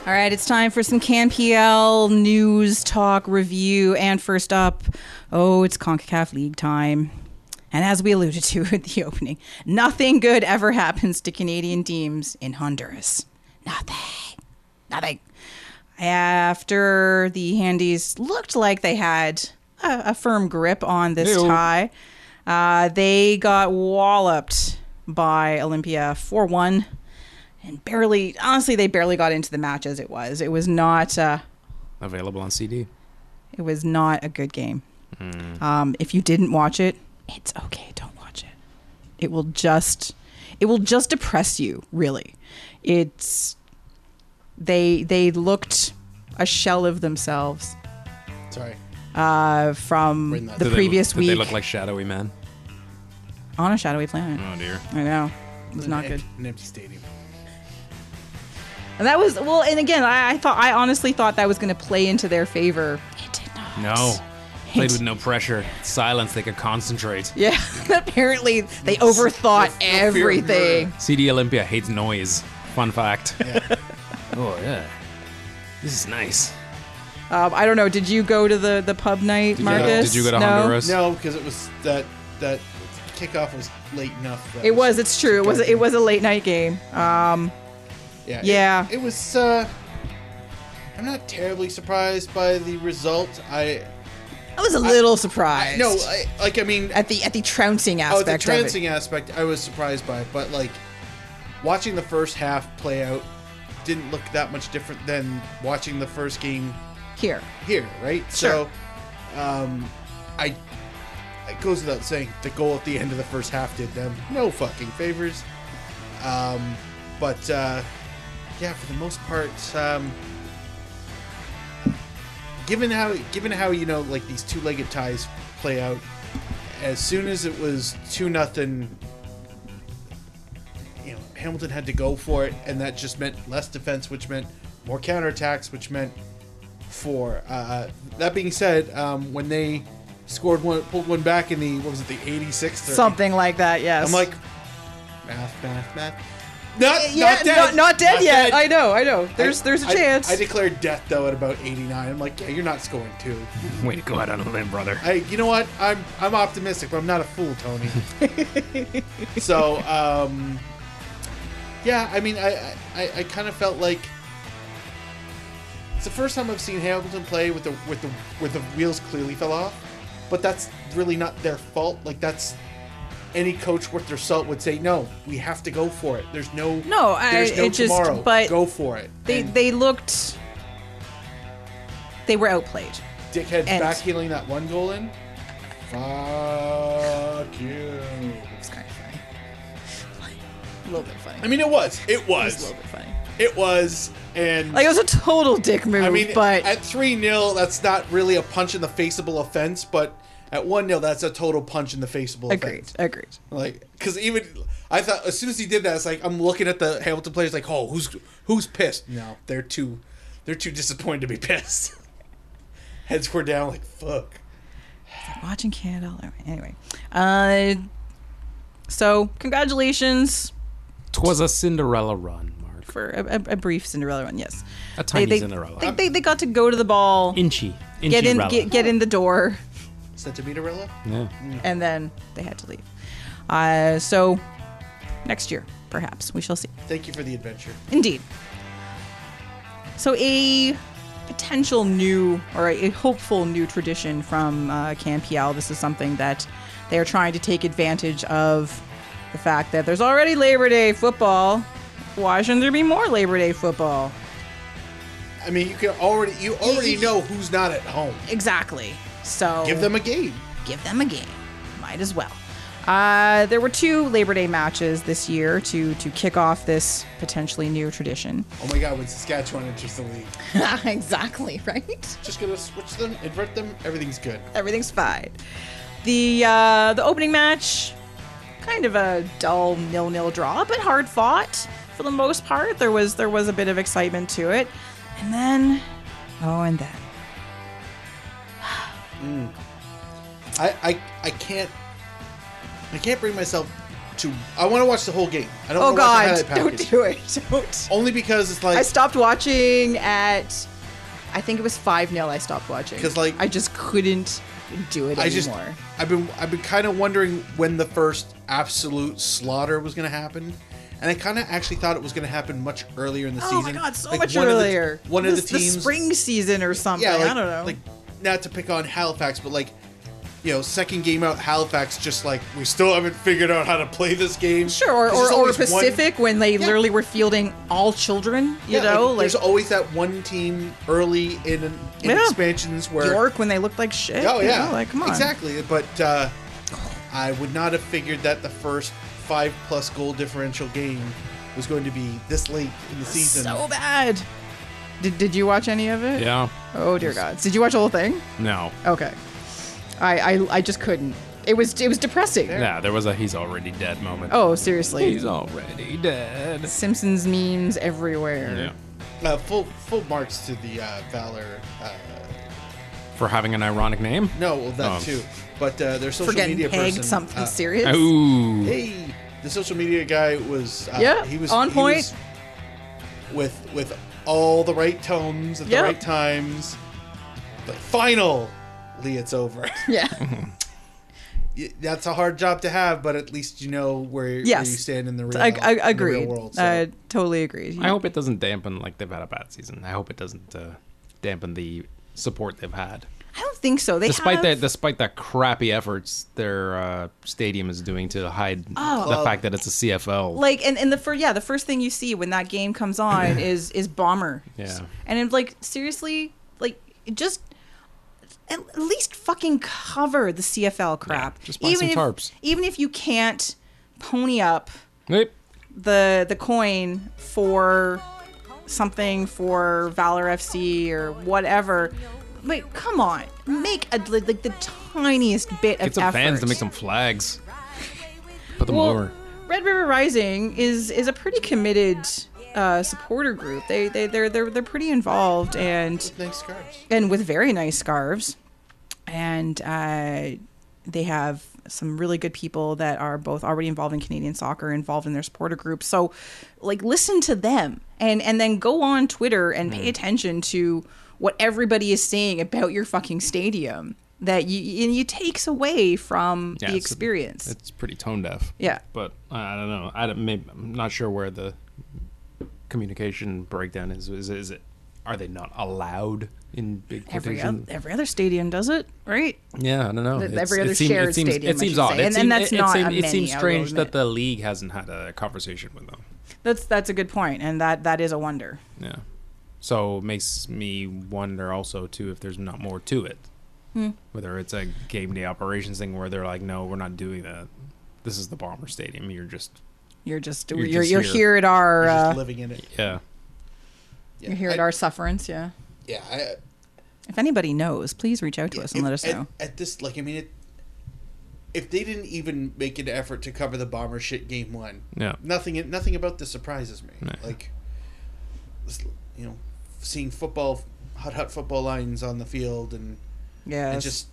All right, it's time for some CanPL news, talk, review, and first up, oh, it's CONCACAF League time. And as we alluded to at the opening, nothing good ever happens to Canadian teams in Honduras. Nothing. Nothing. After the Handies looked like they had a, a firm grip on this Ew. tie, uh, they got walloped by Olympia 4 1 and barely honestly they barely got into the match as it was it was not uh, Available on CD. it was not a good game Hmm. um, if you didn't watch it it's okay don't watch it it will just it will just depress you really it's they they looked a shell of themselves Sorry. uh, from We're not- the Did they- previous did week They look like shadowy men. on a shadowy planet Oh dear. i know it was not An good em- An empty stadium. and that was well and again i, I thought i honestly thought that was going to play into their favor it did not No. Played with no pressure. Silence. They could concentrate. Yeah, apparently they overthought no fear of everything. CD Olympia hates noise. Fun fact. oh yeah. This is nice. Um, I don't know. Did you go to the, the pub night, you go- Marcus? did you go to No? Honduras? No, because it was that that kickoff was late enough. that It was. It's true. It was. It was a late night game. Um, Yeah. it- Yeah. It, was. uh I'm not terribly surprised by the result. I I was a little surprised. no, I, like I mean, at the at the trouncing oh, aspect. the Of trouncing aspect, I was surprised by, but like watching the first half play out didn't look that much different than watching the first game it. Here, here, right? Sure. So, um, I it goes without saying the goal at the end of the first half did them no fucking favors. Um, but uh, yeah, for the most part, um, given how given how you know like these two legged ties play out, as soon as it was two nothing. You know, Hamilton had to go for it, and that just meant less defense, which meant more counterattacks, which meant four. Uh, that being said, um, when they scored one, pulled one back in the what was it, the 86th? Or something like that. Yes. I'm like, math, math, math. Not, yeah, not dead. not, not dead yet. I know. I know. There's I- there's a I- chance. I, declared death though at about 89. I'm like, yeah, you're not scoring two. Way to go out on a limb, brother. I, you know what? I'm I'm optimistic, but I'm not a fool, Tony. so, um, yeah, I mean, I I, I kind of felt like it's the first time I've seen Hamilton play with the with the with the wheels clearly fell off, but that's really not their fault. Like that's any coach worth their salt would say, no, we have to go for it. There's no No, I- there's no it just- tomorrow. but go for it. they And they looked. They were outplayed. dickhead and- backheeling that one goal in. Fuck you. It's kind of funny. a little bit funny. I mean, it was. It It was a was. little bit funny. It was, and Like it was a total dick move, I mean, but at three 0 that's not really a punch in the faceable offense, but at one 0 that's a total punch in the faceable agreed, offense. agreed. Like, because even I thought as soon as he did that, it's like I'm looking at the Hamilton players, like, oh, who's who's pissed? No, they're too, they're too disappointed to be pissed. Heads were down, like fuck. Watching Canada. all over. Anyway, uh, so congratulations Twas a Cinderella run, Mark. for a, a, a brief Cinderella run. Yes, A they tiny they, Cinderella. they, they they got to go to the ball, inchy. Inchy get in Rella. get, get in the door, Is that Demeterilla? Yeah. and then they had to leave. Uh, so next year, perhaps we shall see. Thank you for the adventure. Indeed. So, a potential new or a hopeful new tradition from uh, Campiel. This is something that they are trying to take advantage of the fact that there's already Labor Day football. Why shouldn't there be more Labor Day football? I mean, you can already you already y- know who's not at home. Exactly. So Give them a game. give them a game. Might as well. Uh, there were two Labor Day matches this year to to kick off this potentially new tradition. Oh my God, when Saskatchewan enters the league, exactly right. just gonna switch them, invert them. Everything's good. everything's fine. The uh, the opening match, kind of a dull nil nil draw, but hard fought for the most part. There was there was a bit of excitement to it, and then oh, and then I, I I can't I can't bring myself to. I want to watch the whole game. I don't. oh wanna watch god, the highlight don't package. do it, don't. Only because it's like I stopped watching at I think it was five 0 I stopped watching 'Cause, like- I just couldn't do it I just anymore. I've been I've been kind of wondering when the first absolute slaughter was going to happen. And I kind of actually thought it was going to happen much earlier in the Oh season. my god, so Like, much one of the- earlier. one This- of the teams, the spring season or something. yeah, like, I don't know. Like, not to pick on Halifax, but like, you know, second game out, Halifax just like we still haven't figured out how to play this game. Sure, or, There's or, just or always one- Pacific when they literally were fielding all children, you Yeah, know, like, like, there's always that one team early in, in Yeah. expansions where York when they looked like shit. Oh you yeah, know, like come on, exactly. But uh, I would not have figured that the first five plus goal differential game was going to be this late in the season. so bad. Did, did you watch any of it? Yeah. Oh dear God! Did you watch the whole thing? No. Okay. I I, I just couldn't. It was it was depressing. Yeah, there was a he's already dead moment. Oh seriously. He's already dead. Simpsons memes everywhere. Yeah. uh, full full marks to the uh, Valor. Uh, For having an ironic name? no, well that Oh. too. But uh, their social For getting media pegged person. something uh, serious. Ooh. Hey, the social media guy was. Uh, Yeah, he was on he point. was with with all the right tones at Yeah. the right times. But finally, it's over. Yeah. y- that's a hard job to have, but at least you know where, where Yes. you stand in the real, I, I in the real agreed. world. So. I totally agreed. I hope it doesn't dampen like they've had a bad season. I hope it doesn't uh, dampen the support they've had. I don't think so. They Despite have... that, despite the crappy efforts their uh, stadium is doing to hide Oh. the fact that it's a CFL. like and, and the first yeah the first thing you see when that game comes on is is bomber Yeah. and it's like seriously like just at at least fucking cover the cfl crap just buy some if, tarps. even if you can't pony up Nope. the the coin for something for valor fc or whatever but come on make a like like the tiniest bit of Get some effort fans to make some flags. Put them well, over. Red River Rising is is a pretty committed uh, supporter group. They they they're they're they're pretty involved and nice scarves. and with very nice scarves, and uh, they have some really good people that are both already involved in Canadian soccer, involved in their supporter group. So, like, listen to them, and and then go on Twitter and Hmm. pay attention to what everybody is saying about your fucking stadium. That you and you takes away from Yeah, the it's a- experience. It's pretty tone deaf. Yeah. But uh, I don't know. I don't, maybe, I'm not sure where the communication breakdown is. Is, is it? Are they not allowed in big every quotation? other, every other stadium does it, right? Yeah, I don't know. Th- It's- every other it seems, shared it seems, stadium, It I seems should odd. say. It And- seems- and that's it, not It a seems, it seems many, I will strange admit. that the league hasn't had a conversation with them. That's that's a good point, and that that is a wonder. Yeah. So it makes me wonder also too if there's not more to it. Hmm. Whether it's a game day operations thing where they're like, no, we're not doing that. This is the Bomber Stadium. You're just You're just You're you're you're, just here. here. at our You're uh, just living in it. yeah. Yeah, You're here at I- our sufferance, yeah. Yeah, I, If anybody knows, please reach out to us and if- let us at, know. At this, like, I mean, it, if they didn't even make an effort to cover the bomber shit game one, Yeah. nothing, nothing about this surprises me. Yeah. Like, this- you know, seeing football, hot hot football lines on the field, and Yeah. and just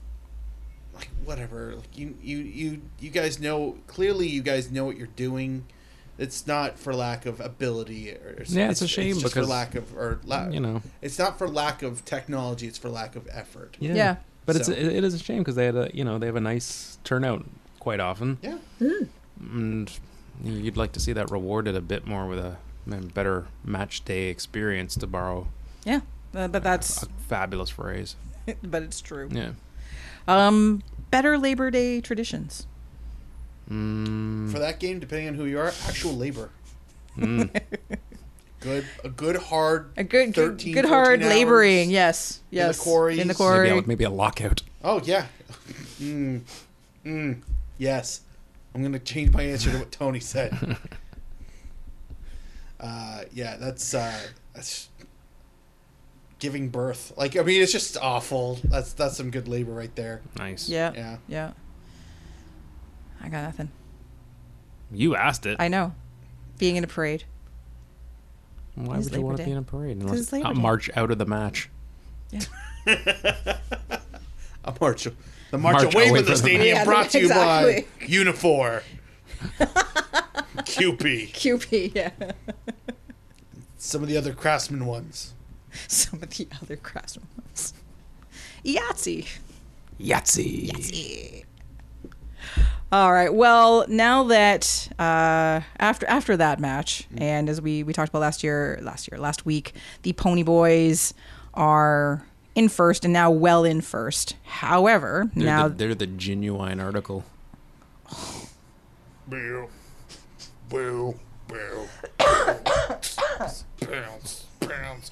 like whatever. Like, you, you, you, you guys know clearly. You guys know what you're doing. It's not for lack of ability, or or- Yeah, it's a shame just because, for lack of or la- You know. it's not for lack of technology. It's for lack of effort. Yeah. Yeah. But it's So- it, it is a shame because they had a you know they have a nice turnout quite often, Yeah. and you- you'd like to see that rewarded a bit more with a man, better match day experience. To borrow yeah. Uh, but that's a fabulous phrase. but it's true. Yeah. Um better Labor Day traditions. for that game, depending on who you are, actual labor. Hmm. good, a good hard, A good 13, good hard 14 hours. laboring, yes. in the Yes. quarries. In Maybe the Maybe, quarry. a, maybe a lockout. Oh yeah, mm, mm, yes. I'm gonna change my answer to what Tony said. uh, yeah, that's uh, that's giving birth. Like I mean, it's just awful. That's that's some good labor right there. Nice. Yeah. Yeah. Yeah. I got nothing. You asked it. I know. Being in a parade. Why It's would you Labor want to Day. be in a parade it's unless Labor uh, Day. march out of the match? A march, the march, March away away from the from the stadium match. brought to you by Exactly. Unifor. QP. QP, yeah. Some of the other craftsman ones. Some of the other craftsmen ones. Yahtzee. Yahtzee. All right. Well, now that uh, after after that match, Mm-hmm. and as we we talked about last year, last year, last week, the Pony Boys are in first and now well in first. However, They're, now the, they're the genuine article. Boo. Boo. Boo. Bounce. Bounce. Bounce.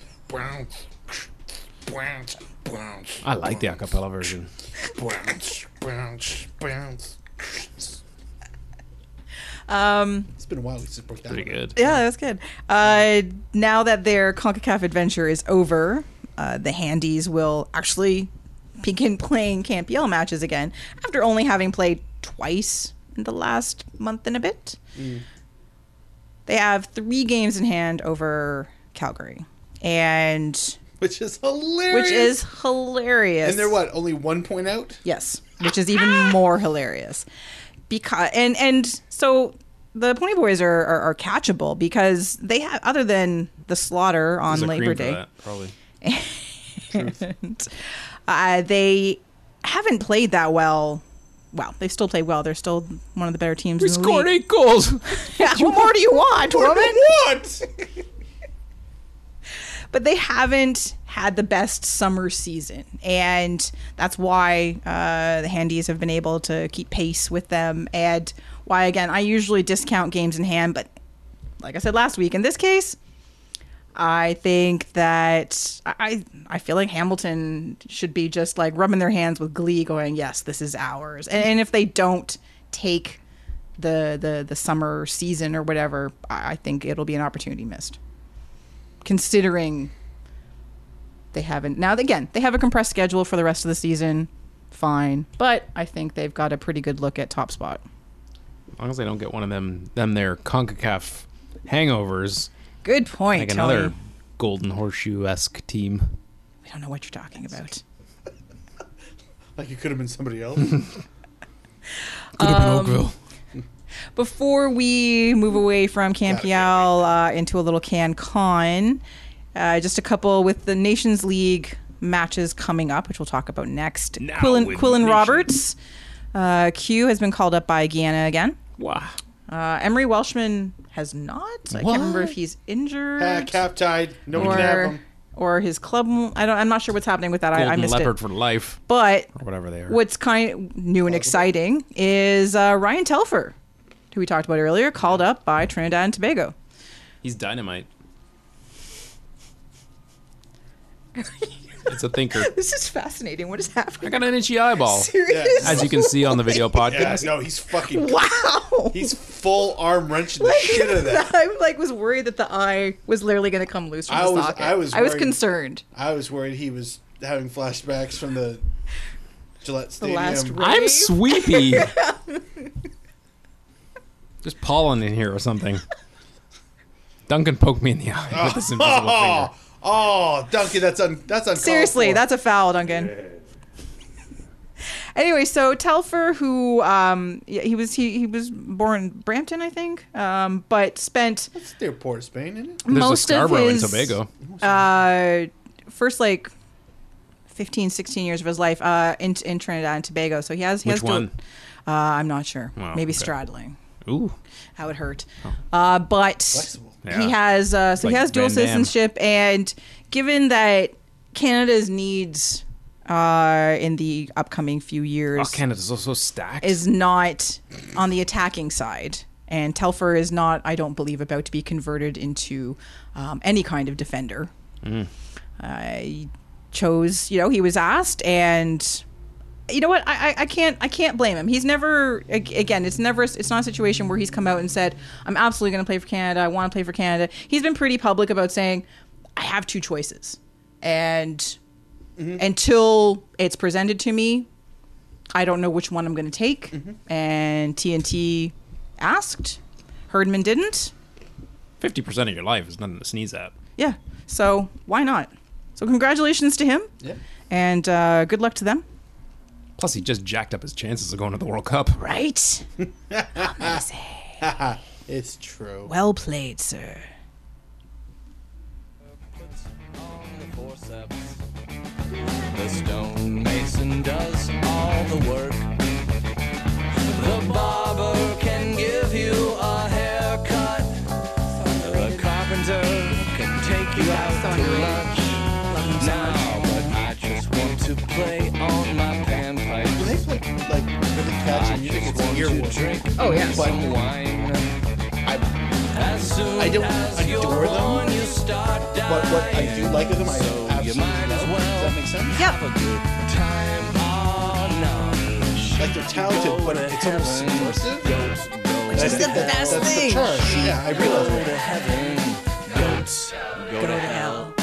Bounce. Bounce. I like the acapella version. Bounce. Bounce. Bounce. It's been a while since we broke that. Pretty one. good. Yeah, that's good. Uh, now that their CONCACAF adventure is over, uh, the Handies will actually begin playing Camp Yale matches again after only having played twice in the last month and a bit. They have three games in hand over Calgary, and Which is hilarious. which is hilarious. And they're what? Only one point out? Yes, which is even more hilarious because and and so the Pony Boys are are, are catchable because they have other than the slaughter on There's a Labor cream for Day, that, probably. and, uh, they haven't played that well. Well, they still play well. They're still one of the better teams. We in the scored league. eight goals. Yeah, what more do you want, woman? What? but they haven't had the best summer season, and that's why uh, the handies have been able to keep pace with them, and why again I usually discount games in hand, but like I said last week, in this case, I think that I I feel like Hamilton should be just like rubbing their hands with glee, going, "Yes, this is ours." And, and if they don't take the the the summer season or whatever, I I think it'll be an opportunity missed considering they haven't now again they have a compressed schedule for the rest of the season fine but i think they've got a pretty good look at top spot As long as they don't get one of them, them their CONCACAF hangovers, good point like Tony. another Golden Horseshoe esque team. i don't know what you're talking about Like it could have been somebody else. Could have been Oakville. before we move away from Camp Gotta get Yale uh, into a little Can Con, uh, just a couple with the Nations League matches coming up, which we'll talk about next. Now Quillen, with Quillen Nations. Roberts, uh, Q has been called up by Guyana again. Wow. Uh, Emery Welshman has not. I can't remember if he's injured ah, cap tied. No one can have or them. or his club. I don't. I'm not sure what's happening with that. I, I Golden missed Leopard it. for life, But or whatever they are. what's kind new and exciting is uh, Ryan Telfer, who we talked about earlier, called up by Trinidad and Tobago. He's dynamite. It's a thinker. This is fascinating. What is happening? I got an itchy eyeball, Serious? as you can see on the video Yeah, podcast. no, he's fucking. Wow. He's full arm wrenching the shit out of that. I like was worried that the eye was literally going to come loose from I the was- socket. I was I was worried. concerned. I was worried he was having flashbacks from the Gillette Stadium. last round. I'm Brave. sweepy. There's pollen in here or something. Duncan poked me in the eye with his invisible oh, finger. oh, Duncan, that's un, that's uncalled Seriously, for. that's a foul, Duncan. Anyway, so Telfer, who um, yeah, he was he, he was born in Brampton, I think, um, but spent It's near Port of Spain, isn't it? There's most a Scarborough of his in Tobago. uh, first like 15, 16 years of his life uh, in, in Trinidad and Tobago. So he has he Which has dual- one? uh, I'm not sure. Wow, Maybe okay. straddling. Oh, Ooh. How it hurt. Uh, but Flexible. Yeah. he has uh, so he Like has dual Van Damme. citizenship, and given that Canada's needs uh, in the upcoming few Oh, years Canada's also stacked. is not on the attacking side. And Telfer is not, I don't believe, about to be converted into um, any kind of defender. Uh, he chose, you know, he was asked, and you know what? I, I, I can't I can't blame him. He's never ag- again. It's never it's not a situation where he's come out and said I'm absolutely going to play for Canada. I want to play for Canada. He's been pretty public about saying I have two choices, and until it's presented to me, I don't know which one I'm going to take. And TNT asked, Herdman didn't. 50% of your life is nothing to sneeze at. Yeah. So why not? So congratulations to him, Yeah. and uh, good luck to them. Plus, he just jacked up his chances of going to the World Cup. Right. Amazing. It's true. Well played, sir. on the forceps. The stonemason does all the work. The barber can give you a haircut. The carpenter can take you out to lunch. Now, but I just want to play on my Do panpipes. they play like really I catchy music? just It's an want to earworm. drink Oh, yes. some wine. As soon I don't as you're adore them, born, you start But what I do like of them, I So you absolutely might as love. well. Does that make sense? have Yep. a good time on knowledge. Like they're talented, but it's almost subversive. Which is the best that's thing. The charge. Yeah, I realize Go that. to heaven, goats go, to hell.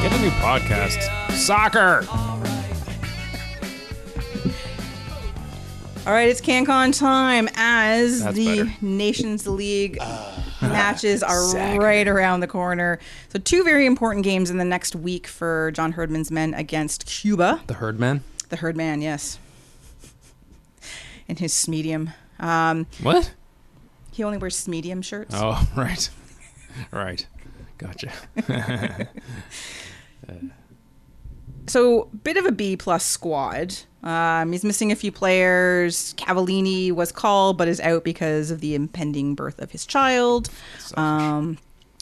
Get a new podcast. Soccer! All right, it's CanCon time as That's the better. Nations League matches are right around the corner. So, two very important games in the next week for John Herdman's men against Cuba. The herd man? The Herdman, yes. In his Smedium. Um, What? he only wears Smedium shirts. Oh, right. Right. Gotcha. So, bit of a B plus squad. Um, he's missing a few players. Cavallini was called, but is out because of the impending birth of his child. Um,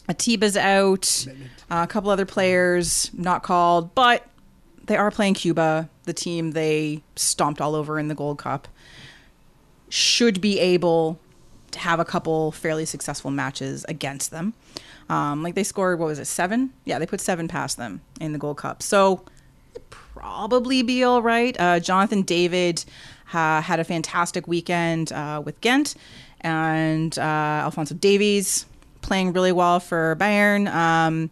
Atiba's out. Uh, a couple other players not called, but they are playing Cuba, the team they stomped all over in the Gold Cup. Should be able to have a couple fairly successful matches against them. Um, like they scored, what was it, seven? Yeah, they put seven past them in the Gold Cup. So probably be all right. Uh, Jonathan David uh, had a fantastic weekend uh, with Ghent, and uh, Alfonso Davies playing really well for Bayern. Um,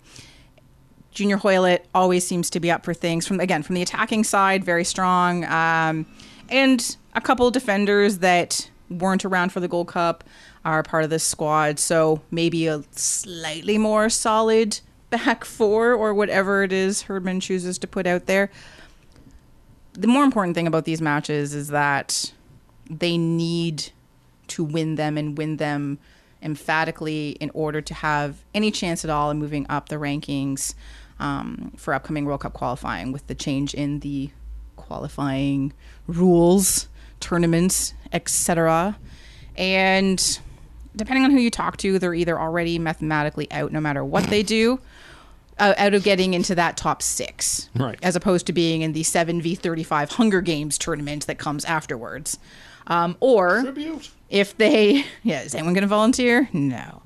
Junior Hoylett always seems to be up for things from again from the attacking side, very strong, um, and a couple defenders that weren't around for the Gold Cup are part of this squad, so maybe a slightly more solid back four or whatever it is Herdman chooses to put out there. The more important thing about these matches is that they need to win them and win them emphatically in order to have any chance at all in moving up the rankings um, for upcoming World Cup qualifying with the change in the qualifying rules, tournaments, etc. And depending on who you talk to, they're either already mathematically out no matter what they do. Uh, out of getting into that top six, Right. As opposed to being in the seven v thirty five Hunger Games tournament that comes afterwards, um, or Tribute. If they, yeah, is anyone going to volunteer? No,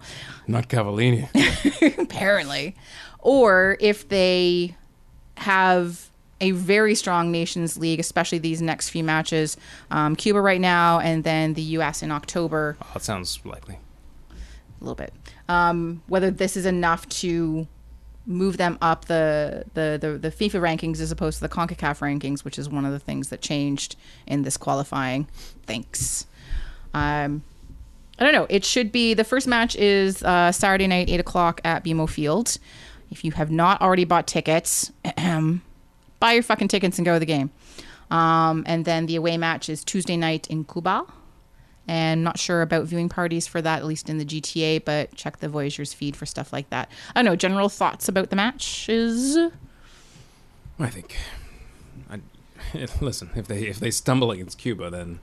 Not Cavallini. Oh, apparently. Or if they have a very strong Nations League, especially these next few matches um, Cuba right now, and then the U.S. in October. Oh, that sounds likely. a little bit. Um, whether this is enough to move them up the, the the the FIFA rankings as opposed to the CONCACAF rankings, which is one of the things that changed in this qualifying. Thanks. Um, I don't know. It should be the first match is uh, Saturday night, eight o'clock at BMO Field. If you have not already bought tickets, buy your fucking tickets and go to the game. Um, and then the away match is Tuesday night in Cuba and not sure about viewing parties for that at least in the gta but check the voyagers feed for stuff like that i don't know general thoughts about the matches I think. I, listen, if they if they stumble against Cuba, then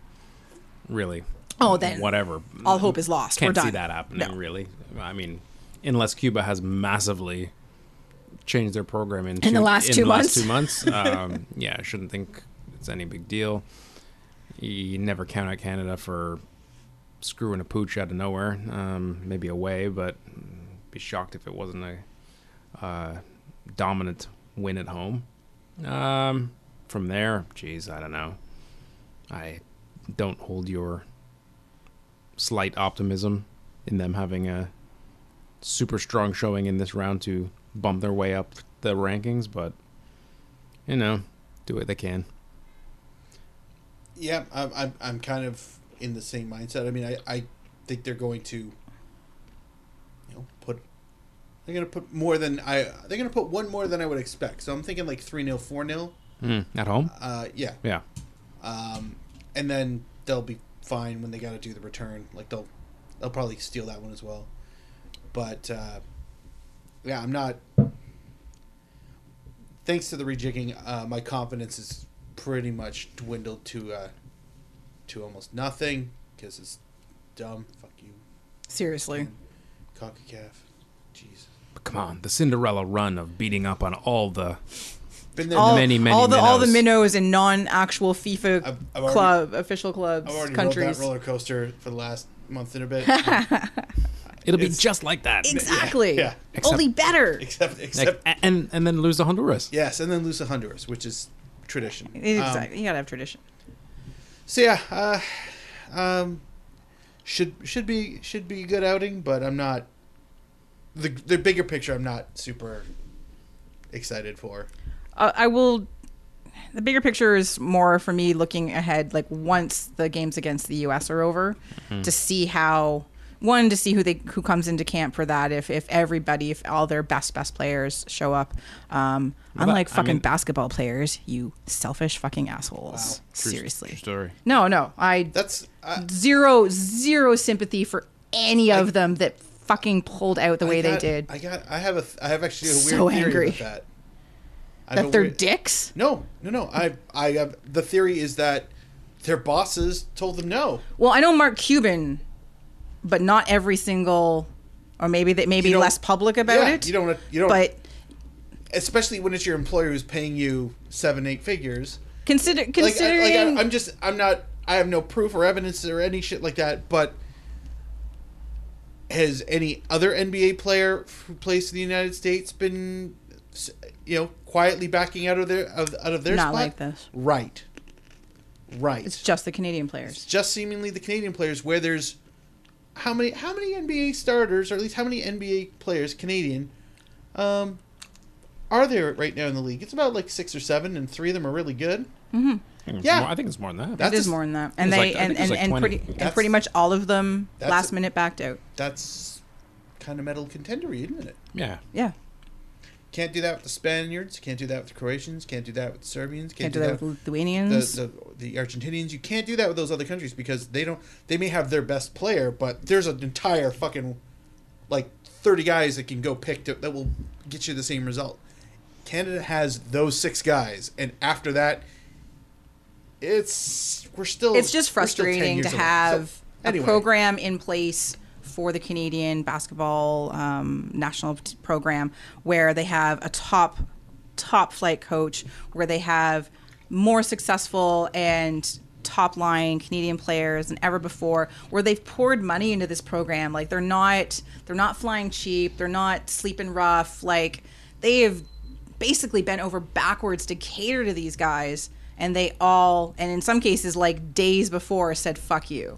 really, Oh, then whatever. all hope is lost. We're Can't see done. that happening. No. Really, I mean, unless Cuba has massively changed their program in, In the last two months. two months, um, yeah, I shouldn't think it's any big deal. You never count out Canada for screwing a pooch out of nowhere. Um, maybe away, but be shocked if it wasn't a uh, dominant win at home. Um, from there, geez, I don't know. I don't hold your slight optimism in them having a super strong showing in this round to bump their way up the rankings, but you know, do what they can. Yeah, I'm, I'm, I'm kind of in the same mindset. I mean, I, I think they're going to, you know, put. They're going to put more than I. They're going to put one more than I would expect. So I'm thinking like 3 0, 4 0. Mm, at home, Uh, yeah. yeah, Um, and then they'll be fine when they got to do the return. Like they'll, they'll probably steal that one as well. But uh, yeah, I'm not. Thanks to the rejigging, uh, my confidence is pretty much dwindled to uh, to almost nothing because it's dumb. Fuck you, seriously cock a calf. Jeez, but come on, the Cinderella run of beating up on all the been there. all, done Many, many all the all the minnows. minnows in non-actual I've- fifa I've already- club official clubs I've already rode countries that roller coaster for the last month and a bit. it'll be It's- just like that, exactly Yeah. only better except except Like, a- and and then lose to Honduras. yes, and then lose to Honduras, which is tradition. Um, exactly you gotta have tradition So yeah, uh, um, should should be should be a good outing, but I'm not. The the bigger picture, I'm not super excited for. uh, I will. The bigger picture is more for me looking ahead, like once the games against the U.S. are over, to see how one to see who they who comes into camp for that. If if everybody, if all their best best players show up, um, that- unlike I fucking mean- basketball players, you selfish fucking assholes. True- Seriously, true story. no, no, I That's I, zero zero sympathy for any of them that fucking pulled out the way I got- they did. I got. I have a. th- I have actually a weird So theory angry. about that. I have that a they're weird- dicks. No, no, no. I I have the theory is that their bosses told them no. Well, I know Mark Cuban, but not every single, or maybe that maybe You don't- less public about Yeah, it. You don't. You don't. But especially when it's your employer who's paying you seven eight figures. consider like, I, considering like I, I'm just I'm not I have no proof or evidence or any shit like that. But has any other NBA player who plays in the United States been, s- you know, quietly backing out of their of, out of their Not spot? like this. Right. Right. it's just the Canadian It's players. just seemingly the Canadian players where there's how many how many NBA starters or at least how many NBA players Canadian um are there right now in the league? It's about like six or seven, and three of them are really good. Mm-hmm. I think it's Yeah. more- I think it's more than that. That's- It is just- more than that, and It's they like- I and, think it's and, like and 20. pretty and That's- pretty much all of them That's- last minute backed out. That's kind of medal contendery, isn't it? yeah, Yeah, Can't do that with the Spaniards. Can't do that with the Croatians. Can't do that with the Serbians. Can't, can't do that with the, Lithuanians. the the Argentinians. You can't do that with those other countries because they don't. They may have their best player, but there's an entire fucking like thirty guys that can go pick to, that will get you the same result. Canada has those six guys, and after that, it's we're still it's just we're still 10 frustrating years to away. So, have anyway, a program in place for the Canadian basketball um, national t- program where they have a top top flight coach where they have more successful and top line Canadian players than ever before, where they've poured money into this program. Like they're not they're not flying cheap, they're not sleeping rough. Like they have basically bent over backwards to cater to these guys, and they all and in some cases like days before said fuck you.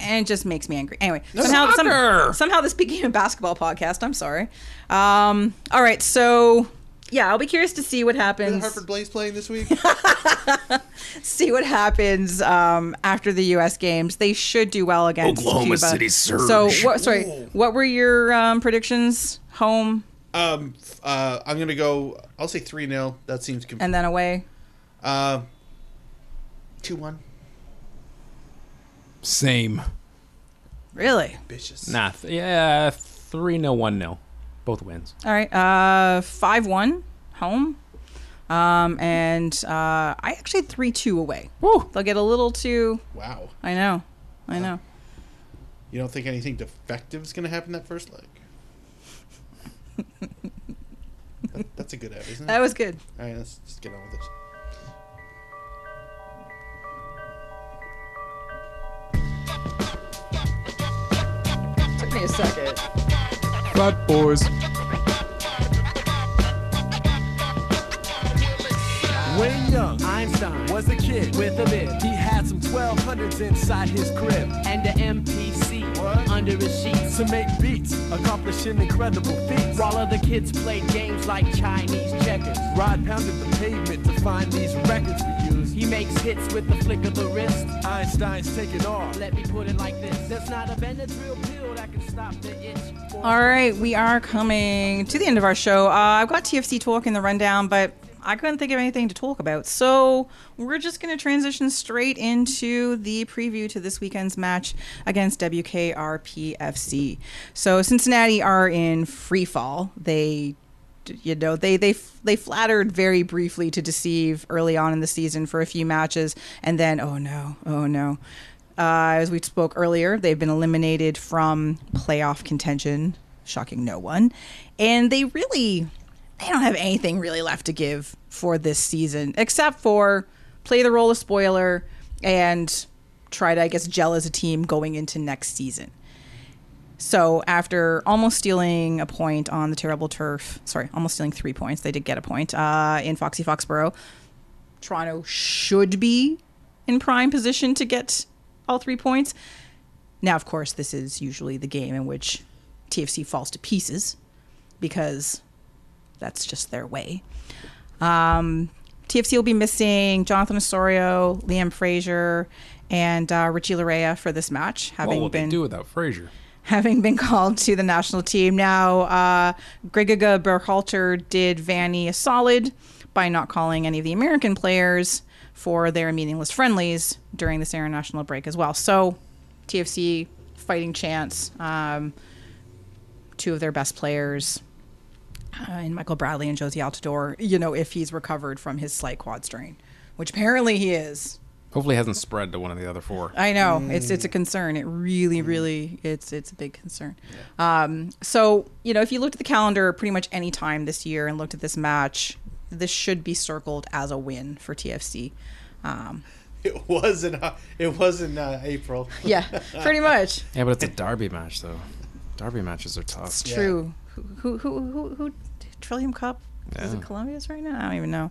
And it just makes me angry. Anyway, somehow some- Soccer! somehow this became a basketball podcast. I'm sorry. Um, all right, so yeah, I'll be curious to see what The happens. Hartford Blaze playing this week. see what happens um, after the U.S. games. They should do well against Oklahoma Cuba. City Surge. So, what, sorry, what were your um, predictions? Home um, f- uh, I'm gonna go. I'll say three 0 That seems. Com- and then away. uh, two one. Same. Really? Bitches. Nah. Th- yeah. Three no one no. Both wins. All right, uh, five one home, um, and uh, I actually three two away. Woo. They'll get a little too. Wow. I know, I know. You don't think anything defective is gonna happen that first leg? That- that's a good out, isn't it? That was good. All right, let's just get on with it. Took me a second. Bad boys. When young, Einstein was a kid with a bib. He had some 1200s inside his crib. and the MPC under his sheets. To make beats, accomplishing incredible feats. While other kids played games like Chinese checkers, Rod pounded the pavement to find these records we use. he makes hits with the flick of the wrist. Einstein's taking off. Let me put it like this: There's not a Benadryl pill that can stop the itch. All right, we are coming to the end of our show. Uh, I've got TFC talk in the rundown, but I couldn't think of anything to talk about. So we're just going to transition straight into the preview to this weekend's match against WKRPFC. So Cincinnati are in free fall. They you know they they they flattered very briefly to deceive early on in the season for a few matches and then oh no oh no uh, as we spoke earlier they've been eliminated from playoff contention shocking no one and they really they don't have anything really left to give for this season except for play the role of spoiler and try to i guess gel as a team going into next season so after almost stealing a point on the terrible turf, sorry, almost stealing three points, they did get a point uh, in Foxy Foxborough. Toronto should be in prime position to get all three points. Now, of course, this is usually the game in which TFC falls to pieces because that's just their way. Um, TFC will be missing Jonathan Osorio, Liam Fraser, and uh, Richie Larea for this match, having What will been they do without Frazier? having been called to the national team. Now, uh, Grigiga Berhalter did Vanny a solid by not calling any of the American players for their meaningless friendlies during this international break as well. So, TFC fighting chance. Um, two of their best players, uh, and Michael Bradley and Josie Altador. You know, if he's recovered from his slight quad strain, which apparently he is. Hopefully, it hasn't spread to one of the other four. I know it's Mm. it's a concern. It really, really, it's it's a big concern. Um, so you know, if you looked at the calendar pretty much any time this year and looked at this match, this should be circled as a win for TFC. Um, It wasn't. Uh, it wasn't uh, April. yeah, pretty much. Yeah, but it's a derby match, though. Derby matches are tough. It's true. Who, who who who who Trillium Cup is it Yeah. Columbia's right now? I don't even know.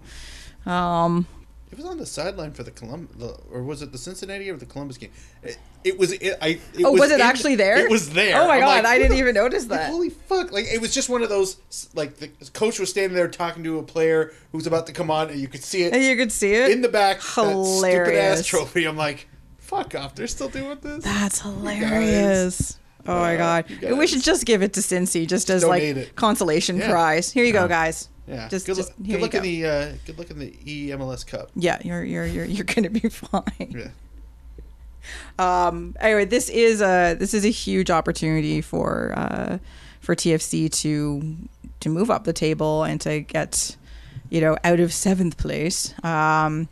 Um, It was on the sideline for the Colum, the, or was it the Cincinnati or the Columbus game? It, it was. It, I. It oh, was, it in- actually there? It was there. Oh my I'm god, like, I what didn't the- even notice like, that. holy fuck! Like it was just one of those. Like the coach was standing there talking to a player who's about to come on, and you could see And it you could see it in the back. Stupid Hilarious. ass trophy. I'm like, fuck off! They're still doing this. That's hilarious. Oh my god. you We guys. should just give it to Cincy just as donate like it. consolation Yeah. prize. Here you go, guys. Yeah. Just, good, just lu- here good luck you in the. go. Uh, good luck in the EMLS Cup. yeah, you're you're you're you're gonna be fine. Yeah. Um anyway, this is a this is a huge opportunity for uh for TFC to to move up the table and to get, you know, out of seventh place. Um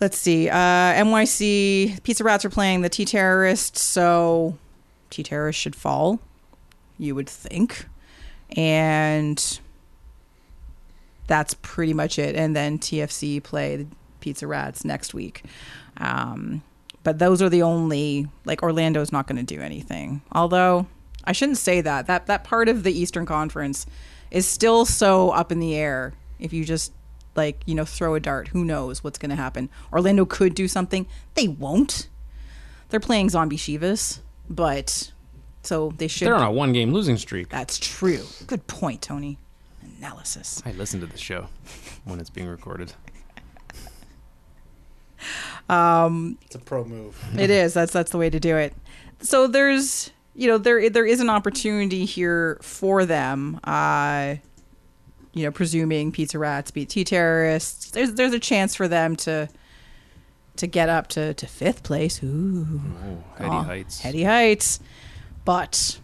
let's see. Uh, NYC Pizza Rats are playing the T Terrorists, so T Terrorists should fall, you would think, and that's pretty much it. And then TFC play Pizza Rats next week. Um, but those are the only like Orlando's not going to do anything. Although I shouldn't say that. That that part of the Eastern Conference is still so up in the air. If you just like, you know, throw a dart, who knows what's going to happen. Orlando could do something. They won't. They're playing Zombie Shivas, but so they should They're on a one game losing streak. That's true. Good point, Tony. Analysis. I listen to the show when it's being recorded. It's a pro move. it is that's that's the way to do it so there's you know there there is an opportunity here for them uh you know presuming pizza rats beat tea terrorists there's there's a chance for them to to get up to to fifth place ooh Oh, Heady Aw, Heights. Heady Heights. But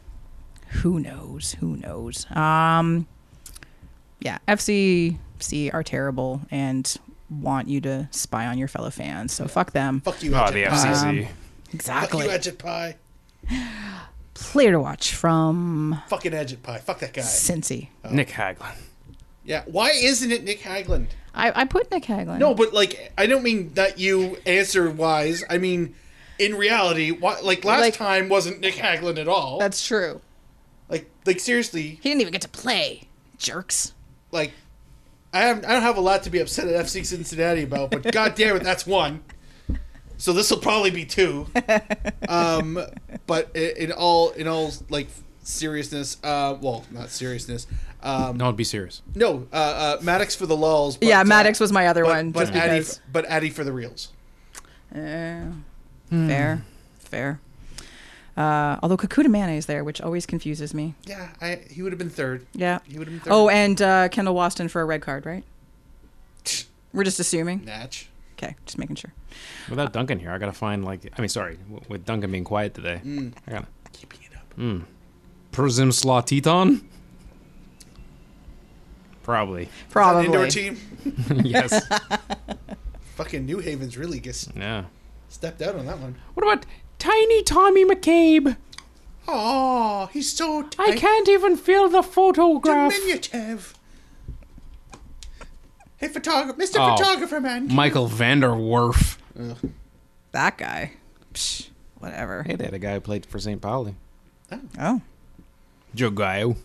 who knows? Who knows? Um, yeah, FCC are terrible and want you to spy on your fellow fans. So fuck them. Um, Fuck you, Oh, Edge the Pie. FCC. Fuck you, Exactly. Edge Pie. Player to watch from Fucking Edge Pie. Fuck that guy. Cincy. Nick Haglund. Yeah. Why isn't it Nick Hagland? I, I put Nick Haglund. No, but like, I don't mean that you answer wise. I mean, in reality, why, like last Like- time wasn't Nick Hagland at all. that's true. like, like seriously, He didn't even get to play. Jerks. like, I have I don't have a lot to be upset at FC Cincinnati about, but god damn it, that's one. So this will probably be two. Um, but i- in all in all like seriousness, uh, well, not seriousness. Um, No, it'd be serious. no, uh, uh, Maddox for the lulls. But, yeah, uh, Maddox was my other but, one. But just Addy, because. but Addy for the reels. Yeah. Hmm. Fair. Fair. Uh, although Kakuta Mayonnaise there, which always confuses me. Yeah, I, he would have been third. Yeah. He would have been third. Oh, and uh, Kendall Waston for a red card, right? We're just assuming. Natch. Okay, just making sure. Without Duncan here, I gotta find like I mean, sorry, w- with Duncan being quiet today, I gotta Mm. Keeping it up. Prozim Slaw Teton. Probably An indoor Probably. team. yes. Fucking New Haven's really gets yeah. stepped out on that one. What about Tiny Tommy McCabe? Oh, he's so I can't even feel the photograph. diminutive. Hey, photographer, Mr. Oh. Photographer Man. Michael Vanderwerf. That guy. Psh, whatever. Hey, they had a guy who played for St. Pauli. Oh. Joe Gaio.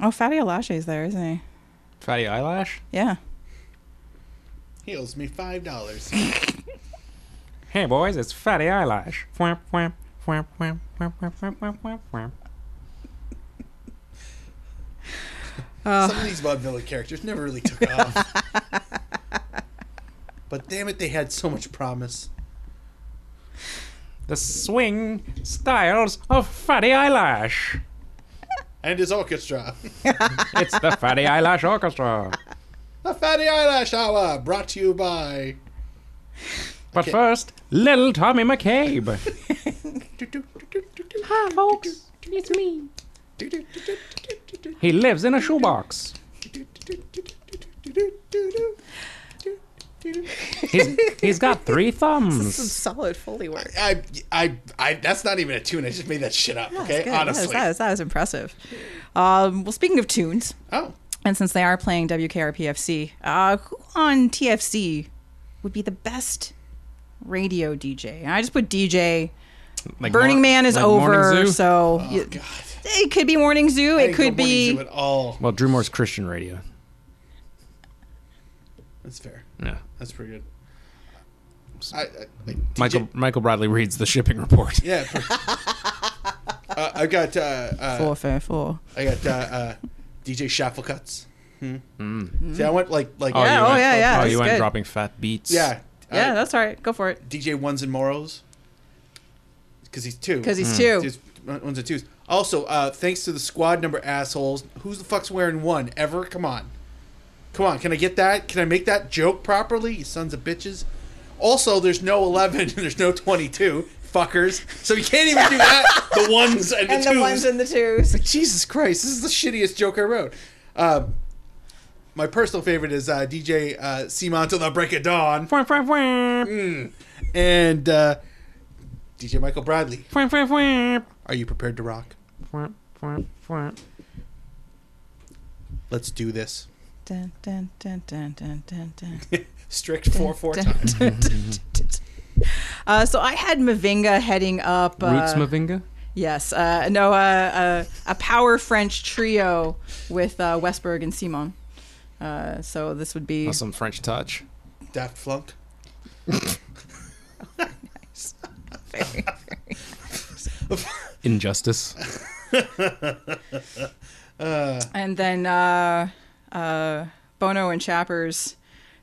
Oh, Fatty Alache's there, isn't he? Fatty Eyelash. Yeah. He owes me five dollars. Hey boys, it's Fatty Eyelash. Wham, wham, wham, wham, wham, wham, wham, wham, wham, wham. Uh. Some of these vaudevillain characters never really took off. but damn it, they had so much promise. The swing styles of Fatty Eyelash. And his orchestra. It's the Fatty Eyelash Orchestra. the Fatty Eyelash Hour, brought to you by. But first, little Tommy McCabe. Hi, folks. It's me. He lives in a shoebox. He's, he's got three thumbs. solid Foley work. I, I, I, that's not even a tune. I just made that shit up. okay, honestly. That was, that was impressive. Um, well, speaking of tunes, Oh, and since they are playing WKRPFC, uh, who on TFC would be the best radio DJ? And I just put DJ. Like Burning mor- Man is like Morning over, Zoo? so oh you- God. it could be Morning Zoo. I It didn't could go morning be zoo at all. Well, Drew Moore's Christian radio. That's fair. Yeah. That's pretty good. I, I, I- Michael Michael Bradley reads the shipping report. yeah. per- uh, I've got uh, uh, four, four, four. I got uh, uh, DJ Shuffle cuts. Hmm. See, I went like like you Yeah, oh, went- yeah, yeah, Oh, it's you went good. dropping fat beats. yeah, uh, Yeah, that's all right. Go for it. DJ ones and moros because he's two. Because he's two. Just ones and twos. Also, uh, thanks to the squad number assholes. Who's the fuck's wearing one ever? Come on, come on. Can I get that? Can I make that joke properly? You sons of bitches. Also, there's no eleven and there's no twenty-two, fuckers. So you can't even do that. the ones and the twos. the twos. Jesus Christ, this is the shittiest joke I wrote. Um, my personal favorite is uh, DJ uh, Simon till the break of dawn Mm. Wah, wah, wah. and uh, DJ Michael Bradley. Wah, wah, wah. Are you prepared to rock? Wah, wah, wah. Let's do this. Dun, dun, dun, dun, dun, dun, dun. Strict four four Dun, times. dun, dun, dun, dun. Uh, so I had Mavinga heading up. Uh, Roots Mavinga? Yes. Uh, no, uh, uh, a power French trio with uh, Westberg and Simon. Uh, so this would be. Awesome French touch. Daft Flunk. Injustice. And then uh, uh, Bono and Chappers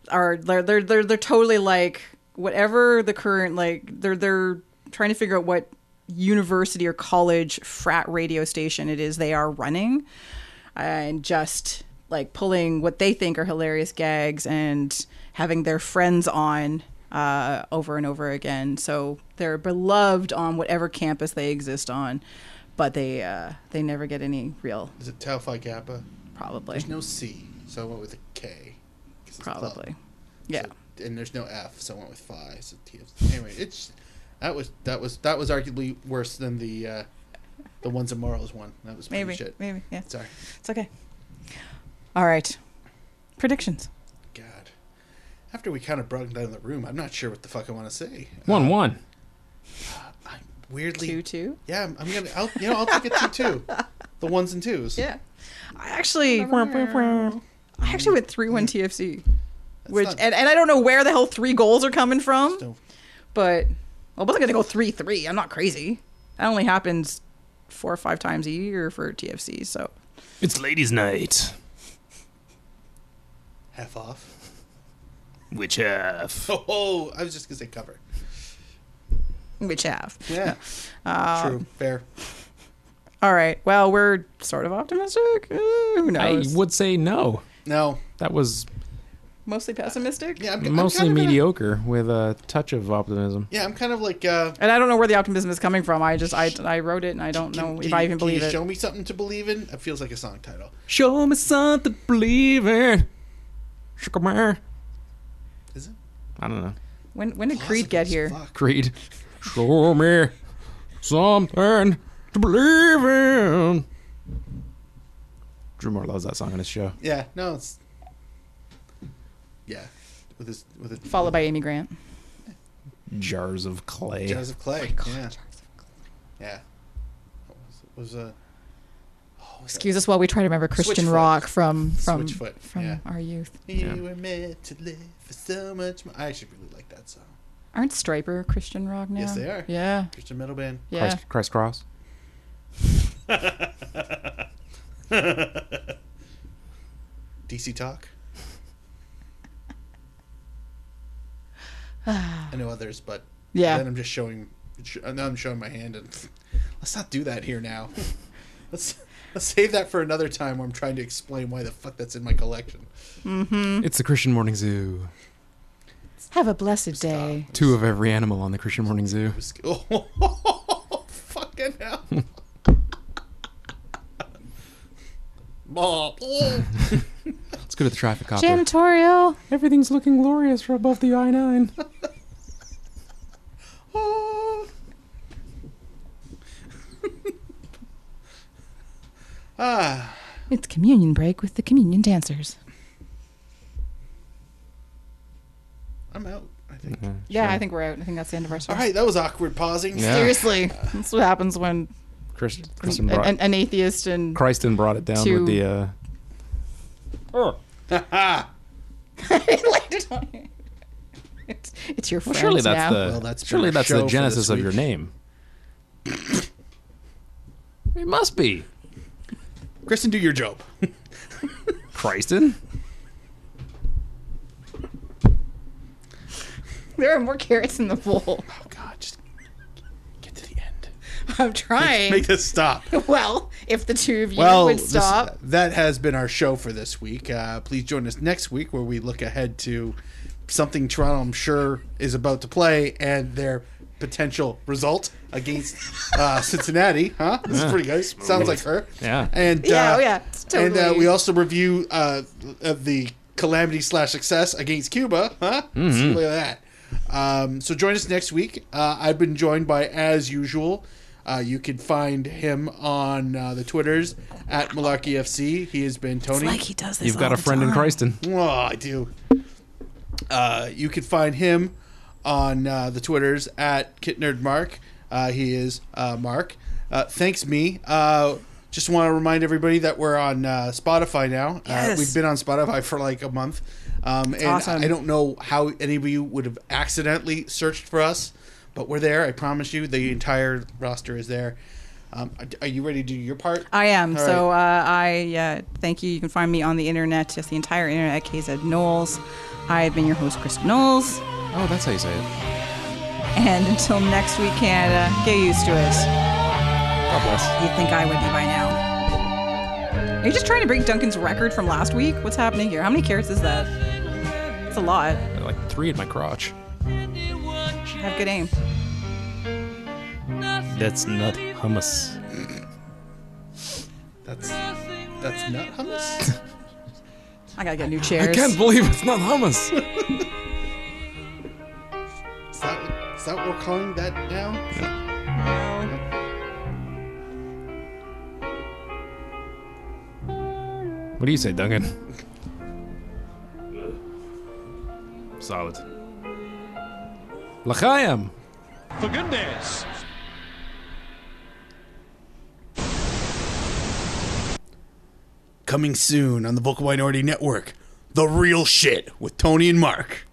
are they're, they're they're they're totally like whatever the current like they're they're trying to figure out what university or college frat radio station it is they are running and just like pulling what they think are hilarious gags and having their friends on uh, over and over again. So they're beloved on whatever campus they exist on, but they uh, they never get any real Is it Tau Phi Kappa? probably There's no C, so I went with a K. 'cause it's club. probably yeah So- and there's no F, so I went with Phi. So T. Anyway, it's that was that was that was arguably worse than the uh, the ones and morals one. That was pretty maybe shit. maybe yeah Sorry. it's okay all right predictions God. After we kind of brought down the room, I'm not sure what the fuck I want to say. One one. I weirdly, two two yeah, I'm, I'm gonna, I'll, you know, I'll take a two two, the ones and twos. yeah i actually i actually went three one tfc That's which not- and, and i don't know where the hell three goals are coming from no. but i wasn't gonna go three three i'm not crazy that only happens four or five times a year for tfc so It's ladies' night. half off. Which half? Oh, oh, I was just gonna say cover. which half Yeah, Uh, true, fair. all right well we're sort of optimistic Uh, who I knows would say no. No, That was mostly pessimistic yeah, I'm, I'm mostly kind of gonna- mediocre with a touch of optimism. yeah, I'm kind of like. Uh, And I don't know where the optimism is coming from. I just I, I wrote it and I don't know do if you- I even can believe you it. Show me something to believe in. It feels like a song title. Show me something to believe in. Shakamer. Is it? I don't know. When when did Possible Creed get as here? fuck. Creed. Show me something to believe in. Drew Moore loves that song on his show. Yeah, no, it's. Yeah, with his with a Followed by Amy Grant. Jars of Clay. jars of Oh clay. yeah, yeah. What was, was uh, Oh, Excuse us while we try to remember Christian Switchfoot. rock from from Switchfoot, from yeah. our youth. You Yeah. were meant to live for so much more. I actually really like that song. Aren't Striper Christian rock now? Yes, they are. Yeah, Christian metal band. yeah. Christ, Christ Cross. DC Talk. I know others, but Yeah. Then I'm just showing. sh- uh, Now I'm showing my hand, and let's not do that here now. let's let's save that for another time where I'm trying to explain why the fuck that's in my collection. It's the Christian Morning Zoo. Have a blessed day. Two of every animal on the Christian Morning Zoo. Just- Oh, fucking hell. Mom. Oh. Let's go to the traffic copter. Janitorial. Everything's looking glorious from above the I nine. Oh. ah, It's communion break with the communion dancers. I'm out. I think. Yeah, I think we're out. I think that's the end of our All story. right, that was awkward pausing. Yeah. Seriously, that's what happens when Chris, Kristen an, brought, an, an atheist and Kristen brought it down Two. with the. Uh, it's, it's your well, friends surely that's now. the Well, that's been surely our that's show the for genesis this of your week. name. it must be Kristen, do your job. Kristen. There are more carrots in the bowl. Oh God, just get to the end. I'm trying. Make this stop. Well, if the two of you Well, would this- stop. that has been our show for this week. Uh, please join us next week where we look ahead to something Toronto, I'm sure, is about to play and their potential result against uh, Cincinnati. Huh? This is pretty good. Sounds like her. Yeah. And Yeah, uh, oh, yeah, it's totally- And uh, we also review uh, uh, the calamity slash success against Cuba. Huh? See, look at that. Um, so join us next week. Uh, I've been joined by, as usual, Uh, you can find him on uh, the Twitters at Malarkey FC. He has been Tony. It's like he does this. You've got all a the friend in time. Christen. Oh, I do. Uh, you can find him on uh, the Twitters at KitNerdMark. Uh, he is uh, Mark. Uh, thanks, me. Uh, just want to remind everybody that we're on uh, Spotify now. Uh, Yes. we've been on Spotify for like a month. Um, and awesome. I don't know how any of you would have accidentally searched for us, but we're there. I promise you, the entire roster is there. Um, are- are you ready to do your part? I am. All so uh, I uh, thank you. You can find me on the internet, just the entire internet at KZ Knowles. I have been your host, Kristen Knowles. Oh, that's how you say it. And until next week, Canada, get used to it. God bless. You'd think I would be by now. Are you just trying to break Duncan's record from last week? What's happening here? How many carrots is that? It's a lot. Like three in my crotch. Have good aim. That's not hummus. That's that's not hummus. I gotta get new I chairs. can't believe it's not hummus. Is that, is that what we're calling that now? What do you say, Duncan? Solid. L'chaim. Coming soon on the Vocal Minority Network, The Real Shit with Tony and Mark.